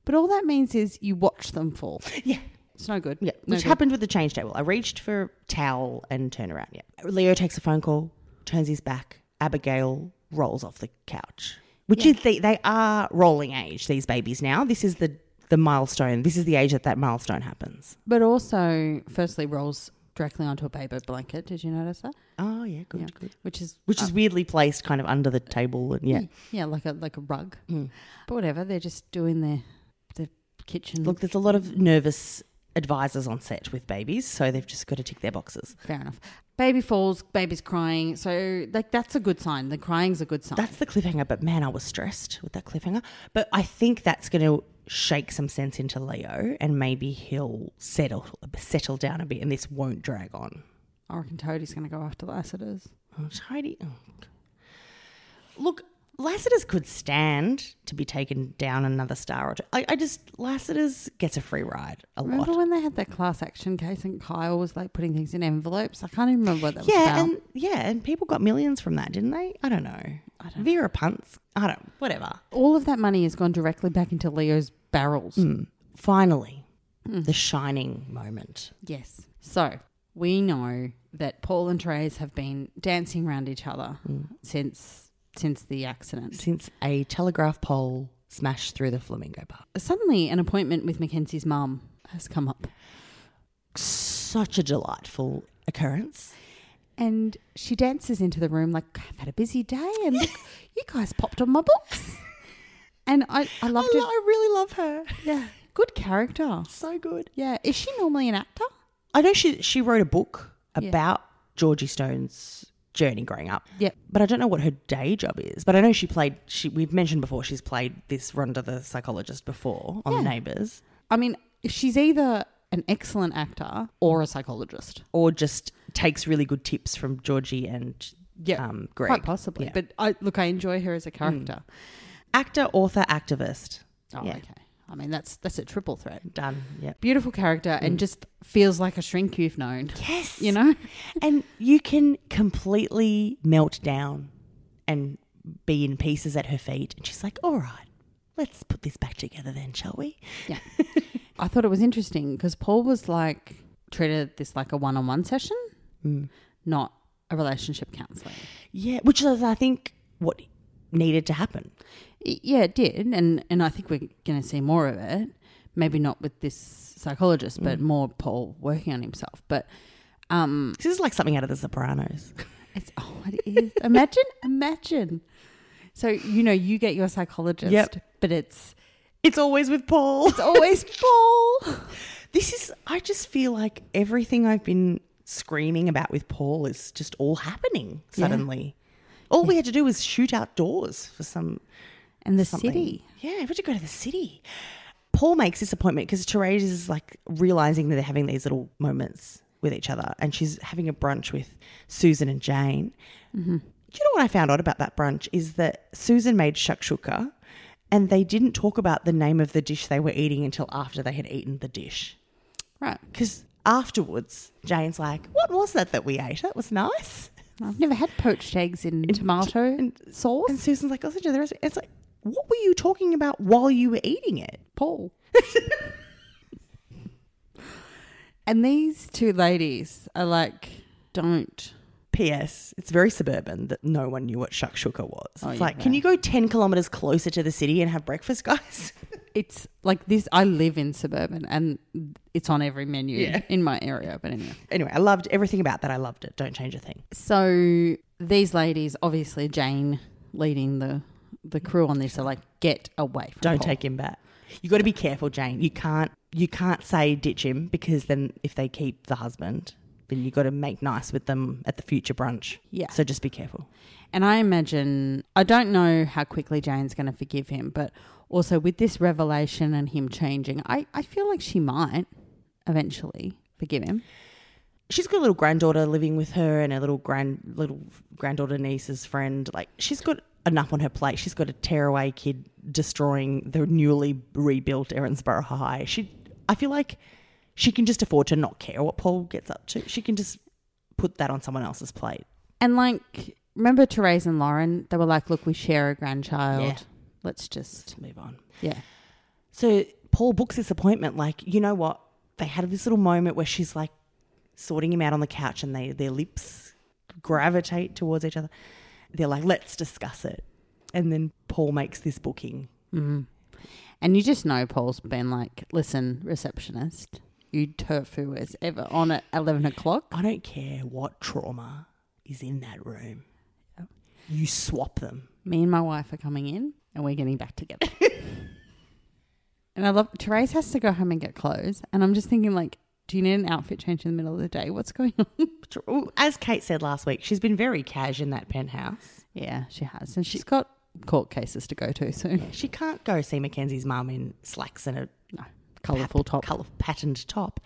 But all that means is you watch them fall.
Yeah.
It's no good.
Yeah,
No
which
good.
happened with the change table. I reached for towel and turned around. Yeah, Leo takes a phone call, turns his back. Abigail rolls off the couch, which is the, they are rolling age these babies now. This is the the milestone. This is the age that that milestone happens.
But also, firstly, rolls directly onto a paper blanket. Did you notice that?
Oh yeah, good, good. Um, Mm.
Which is
Which is weirdly placed kind of under the table, and yeah.
yeah, like a like a rug. But whatever, they're just doing their the kitchen.
Look, there's a lot of nervous advisors on set with babies, so they've just got to tick their boxes.
fair enough. Baby falls, baby's crying. So like that's a good sign. The crying's a good sign.
That's the cliffhanger, but man, I was stressed with that cliffhanger. But I think that's going to shake some sense into Leo, and maybe he'll settle settle down a bit, and this won't drag on.
I reckon Toadie's going to go after Lassiter's.
Oh, tidy. Oh, God. Look, Lassiter's could stand to be taken down another star or two. I, I just Lassiter's gets a free ride a
Remember
lot.
when they had that class action case and Kyle was like putting things in envelopes? I can't even remember what that was
Yeah,
about.
and yeah, and people got millions from that, didn't they? I don't know. I don't Vera Punts. I don't. Whatever.
All of that money has gone directly back into Leo's barrels.
Mm. Finally,
Hmm.
the shining moment.
Yes. So we know that Paul and Therese have been dancing around each other since since the accident.
Mm. since a telegraph pole smashed through the flamingo bar.
Suddenly, an appointment with Mackenzie's mum has come up,
Such a delightful occurrence.
and she dances into the room like I've had a busy day, and look, you guys popped on my books, and I I loved it.
really love her.
yeah, good character.
So good.
Yeah, is she normally an actor?
I know she she wrote a book
Yeah.
about Georgie Stone's journey growing up.
Yep.
But I don't know what her day job is. But I know she played she we've mentioned before she's played this Rhonda the psychologist before on
Yeah.
Neighbours.
I mean, she's either an excellent actor or a psychologist.
Or just takes really good tips from Georgie and um Greg.
quite possibly.
Yeah.
But I, look, I enjoy her as a character.
actor, author, activist.
Oh,
Mm. Yeah.
okay. I mean, that's that's a triple threat.
Done. Yeah.
Beautiful character, and just feels like a shrink you've known.
Mm. Yes.
You know,
and you can completely melt down and be in pieces at her feet. And she's like, all right, let's put this back together then, shall we?
yeah. I thought it was interesting because Paul was like treated this like a one-on-one session, not a relationship counselling.
Yeah, which is, I think, what needed to happen.
I- Yeah, it did, and and I think we're going to see more of it. Maybe not with this psychologist, but more Paul working on himself. But Um,
This is like something out of The Sopranos.
it's, oh, it is. Imagine, imagine. So you know, you get your psychologist,
Yep.
but it's
It's always with Paul.
it's always Paul.
This is, I just feel like everything I've been screaming about with Paul is just all happening suddenly. All we had to do was shoot outdoors for some
And the
something.
city.
Yeah, where'd you go to the city? Paul makes this appointment because Therese is like realizing that they're having these little moments with each other and she's having a brunch with Susan and Jane.
Mm-hmm.
Do you know what I found out about that brunch is that Susan made shakshuka and they didn't talk about the name of the dish they were eating until after they had eaten the dish.
Right.
Because afterwards, Jane's like, What was that that we ate? That was nice.
I've never had poached eggs in, tomato sauce.
And Susan's like, I'll send you the recipe. It's like, What were you talking about while you were eating it?
Paul. and these two ladies are like, don't.
P.S. It's very suburban that no one knew what shakshuka was.
Oh,
it's
yeah,
like, can you go 10 kilometers closer to the city and have breakfast, guys?
It's like this. I live in suburban and it's on every menu
Yeah.
in my area. But anyway.
anyway, I loved everything about that. I loved it. Don't change a thing.
So these ladies, obviously Jane leading the, the crew on this, are like, get away from
Don't
Paul.
take him back. You got to be careful, Jane. You can't you can't say ditch him because then if they keep the husband, then you got to make nice with them at the future brunch.
Yeah.
So just be careful.
And I imagine, I don't know how quickly Jane's going to forgive him, but also with this revelation and him changing, I, I feel like she might eventually forgive him.
She's got a little granddaughter living with her and a little grand little granddaughter niece's friend. Like she's got enough on her plate. She's got a tearaway kid destroying the newly rebuilt Erinsborough High. She I feel like she can just afford to not care what Paul gets up to. She can just put that on someone else's plate.
And like, remember Therese and Lauren? They were like, look, we share a grandchild.
Yeah.
Let's just,
Move on.
yeah.
So Paul books this appointment. Like, you know what? They had this little moment where she's like sorting him out on the couch and they their lips gravitate towards each other. They're like, let's discuss it. And then Paul makes this booking.
And you just know Paul's been like, listen, receptionist, you tofu is ever on at 11 o'clock.
I don't care what trauma is in that room. You swap them.
Me and my wife are coming in and we're getting back together. and I love Therese has to go home and get clothes. And I'm just thinking, like, do you need an outfit change in the middle of the day? What's going on?
As Kate said last week, she's been very cash in that penthouse.
yeah, she has. And she's got court cases to go to soon.
She can't go see Mackenzie's mum in slacks and a
No. Colourful top.
colour patterned top.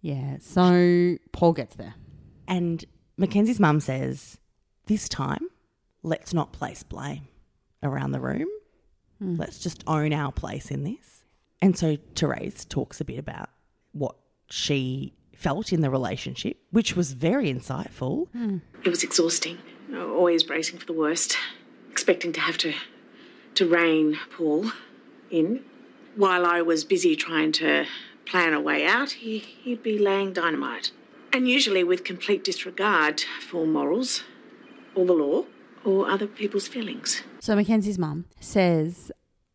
yeah. So Paul gets there.
And Mackenzie's mum says, This time, let's not place blame around the room.
Hmm.
Let's just own our place in this. And so Therese talks a bit about what she felt in the relationship, which was very insightful.
Hmm.
It was exhausting, you know, always bracing for the worst, expecting to have to to rein Paul in. While I was busy trying to plan a way out, he, he'd be laying dynamite. And usually with complete disregard for morals, or the law, or other people's feelings.
So Mackenzie's mum says,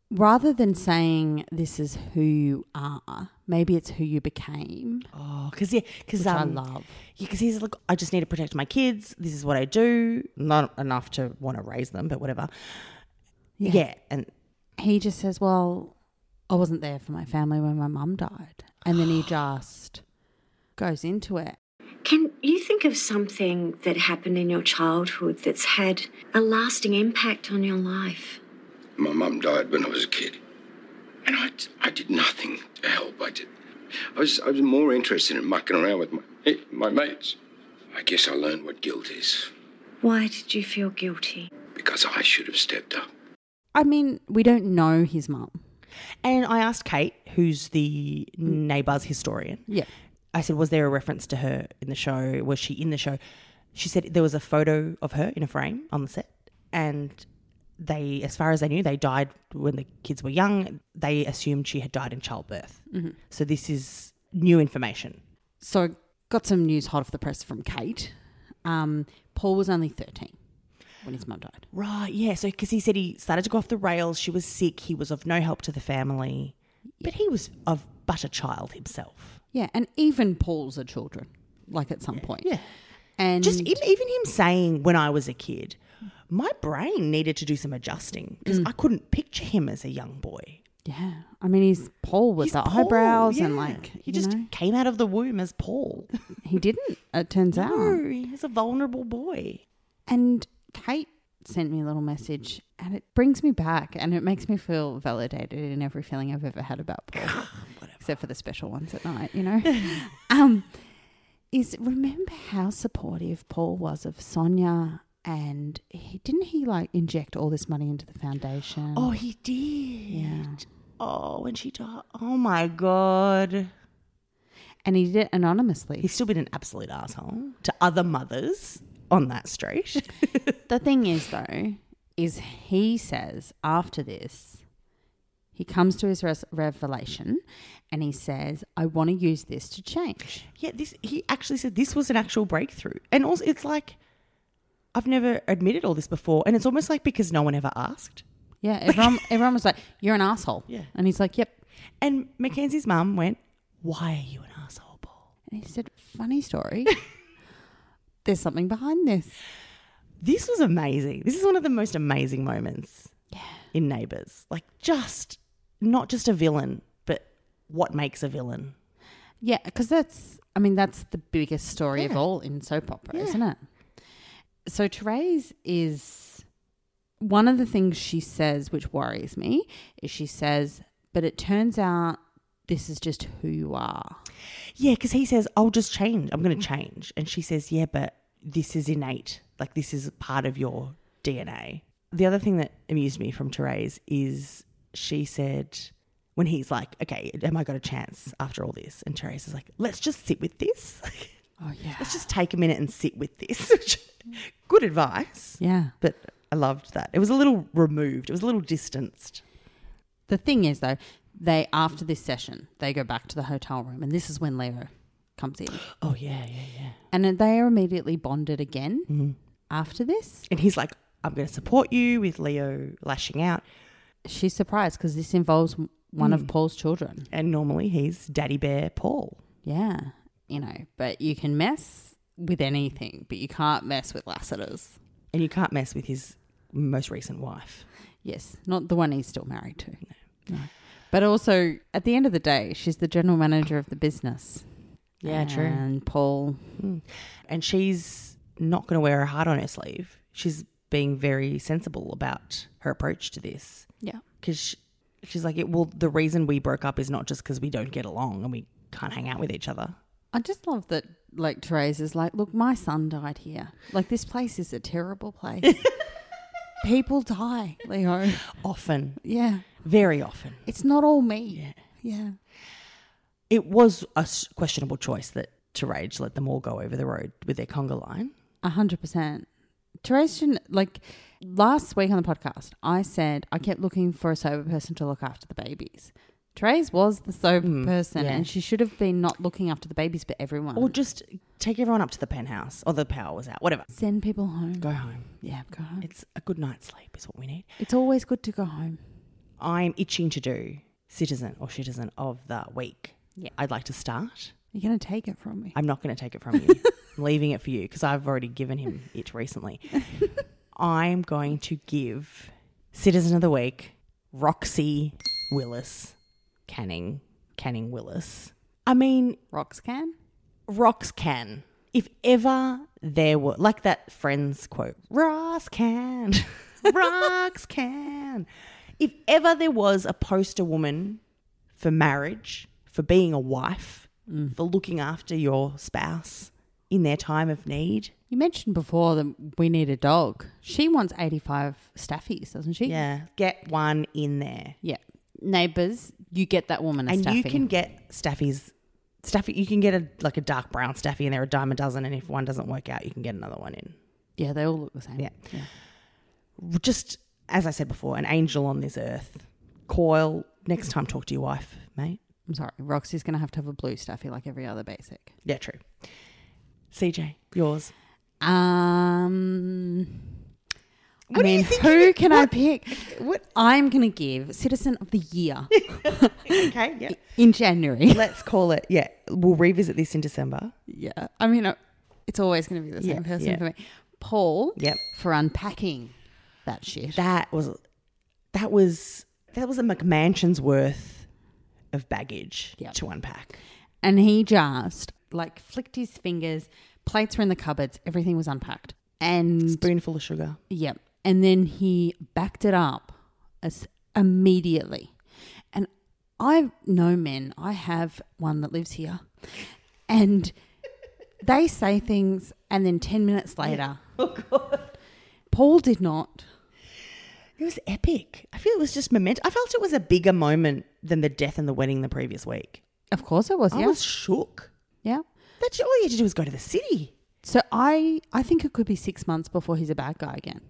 rather than saying this is who you are, maybe it's who you became.
Oh, because yeah, because
I
um,
love.
Yeah, because he's like, I just need to protect my kids. This is what I do. Not enough to want to raise them, but whatever. Yeah, and
he just says, Well, I wasn't there for my family when my mum died. And then he just goes into it.
Can you think of something that happened in your childhood that's had a lasting impact on your life?
My mum died when I was a kid, and I, I did nothing to help. I did. I was I was more interested in mucking around with my eh, my mates. I guess I learned what guilt is
Why did you feel guilty?
because I should have stepped up.
I mean, we don't know his mum.
and I asked Kate, who's the neighbours historian,
Hmm. Yeah.
I said, was there a reference to her in the show? Was she in the show? She said there was a photo of her in a frame on the set, and they, as far as they knew, they died when the kids were young. They assumed she had died in childbirth. So this is new information.
So I got some news hot off the press from Kate. Um, Paul was only 13 when his mum died.
Right, yeah. So because he said he started to go off the rails, she was sick, he was of no help to the family, but he was of but a child himself.
Yeah. And even Paul's are children. like at some point.
Yeah.
And
just even, even him saying when I was a kid, my brain needed to do some adjusting because
Mm.
I couldn't picture him as a young boy.
Yeah. I mean, he's Paul with the
Paul,
eyebrows and
yeah.
like
he just came out of the womb as Paul.
he didn't. It turns out.
No, he's a vulnerable boy.
And Kate sent me a little message, and it brings me back, and it makes me feel validated in every feeling I've ever had about Paul, except for the special ones at night, you know. um, is remember how supportive Paul was of Sonia, and he didn't he like inject all this money into the foundation?
Oh, he did.
Yeah.
Oh, when she died. Oh my god.
And he did it anonymously.
He's still been an absolute asshole to other mothers on that street.
The thing is, though, is he says after this, he comes to his res- revelation and he says, I want to use this to change.
yeah, this he actually said this was an actual breakthrough. And also it's like I've never admitted all this before and it's almost like because no one ever asked.
Yeah, everyone, everyone was like, You're an asshole.
Yeah.
And he's like, Yep.
And Mackenzie's mum went, "Why are you an asshole, Paul?"
And he said, Funny story. There's something behind this.
This was amazing. This is one of the most amazing moments in Neighbours. Like just not just a villain, but what makes a villain.
Yeah, because that's, I mean, that's the biggest story of all in soap opera, isn't it? So Therese is one of the things she says, which worries me, is she says, but it turns out this is just who you are.
Yeah, because he says, I'll just change. I'm going to change. And she says, Yeah, but this is innate. Like, this is part of your DNA. The other thing that amused me from Therese is she said, when he's like, Okay, am I got a chance after all this? And Therese is like, Let's just sit with this.
Oh, yeah.
Let's just take a minute and sit with this. Which- Good advice.
Yeah.
But I loved that. It was a little removed, it was a little distanced.
The thing is, though, they, after this session, they go back to the hotel room, and this is when Leo comes in.
Oh, yeah, yeah, yeah.
And they are immediately bonded again after this.
And he's like, I'm going to support you with Leo lashing out.
She's surprised because this involves one of Paul's children.
And normally he's Daddy Bear Paul.
Yeah, you know, but you can mess with anything, but you can't mess with Lassiter's.
And you can't mess with his most recent wife.
Yes, not the one he's still married to. No. But also, at the end of the day, she's the general manager of the business.
Yeah, true.
And Paul,
And she's not going to wear her heart on her sleeve. She's being very sensible about her approach to this
yeah,
because she's like, "Yeah, well, the reason we broke up is not just because we don't get along and we can't hang out with each other.
I just love that. Like Therese is like, look, my son died here. Like this place is a terrible place. People die, Leo.
Often,
Yeah,
very often.
it's not all me. Yeah, yeah.
It was a s- questionable choice that to rage let them all go over the road with their conga line.
A hundred percent. Therese shouldn't like last week on the podcast. I said I kept looking for a sober person to look after the babies. Therese was the sober person,
Mm, yeah.
and she should have been not looking after the babies, but everyone.
Or just take everyone up to the penthouse or the power was out, whatever.
send people home.
Go home.
Yeah, go home. It's,
It's a good night's sleep is what we need.
always good to go home.
I'm itching to do citizen or citizen of the week.
Yeah.
I'd like to start.
You're gonna take it from me.
I'm not going to take it from you. I'm leaving it for you because I've already given him it recently. I'm going to give citizen of the week Roxy Willis Canning Canning Willis. I mean,
Rocks can.
rocks can. If ever there were, like that Friends quote, Ross can, rocks can. If ever there was a poster woman for marriage, for being a wife, for looking after your spouse in their time of need,
You mentioned before that we need a dog. She wants 85 staffies, doesn't she?
yeah, get one in there.
Yeah. Neighbors, you get that woman a
and
staffie.
you can get staffies. Staffy, you can get a like a dark brown staffy, and they're a dime a dozen. And if one doesn't work out, you can get another one in.
yeah, they all look the same.
Yeah. just as I said before, an angel on this earth. Coil, next time talk to your wife, mate.
I'm sorry, Roxy's going to have to have a blue stuffy like every other basic.
Yeah, true. CJ, yours.
Um, I mean, who can I pick? What I'm going to give Citizen of the Year
okay, yeah.
in January.
Let's call it. Yeah, we'll revisit this in December.
Yeah, I mean, uh, it's always going to be the same
Yeah,
person
yeah.
for me. Paul.
Yep.
For unpacking that shit.
That was that was that was a McMansion's worth of baggage
Yep.
to unpack.
And he just like flicked his fingers. Plates were in the cupboards. Everything was unpacked. And
Spoonful of sugar.
Yep. And then he backed it up as immediately. And I know men. I have one that lives here. And they say things and then 10 minutes later. Oh, God. Paul did not.
It was epic. I feel it was just moment. I felt it was a bigger moment than the death and the wedding the previous week.
Of course it was,
I
yeah.
was shook.
yeah.
That all you had to do was go to the city.
So I, I think it could be six months before he's a bad guy again.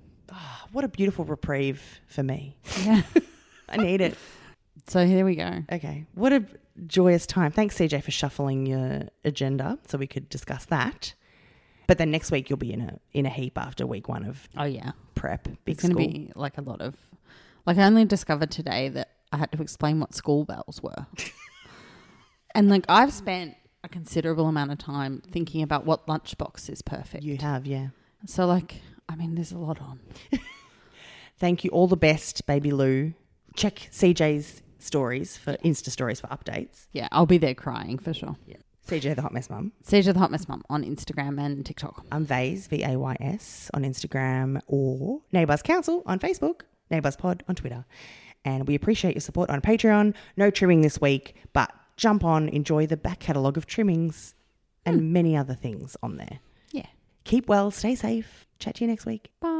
What a beautiful reprieve for me.
Yeah.
I need it.
so here we go.
Okay. What a joyous time. Thanks, CJ, for shuffling your agenda so we could discuss that. But then next week you'll be in a in a heap after week one of
Oh, yeah.
prep. Big
It's going to
school.
be like a lot of. Like, I only discovered today that I had to explain what school bells were. and, like, I've spent a considerable amount of time thinking about what lunchbox is perfect.
You have, yeah.
So, like, I mean, there's a lot on.
Thank you. All the best, baby Lou. Check CJ's stories for Insta stories for updates.
Yeah, I'll be there crying for sure. Yeah.
CJ the hot mess mum.
Seizure the Hot Mess Mum on Instagram and TikTok.
I'm Vase, V A Y S, on Instagram or Neighbours Council on Facebook, Neighbours Pod on Twitter. And we appreciate your support on Patreon. No trimming this week, but jump on, enjoy the back catalogue of trimmings and many other things on there.
Yeah.
Keep well, stay safe. Chat to you next week.
Bye.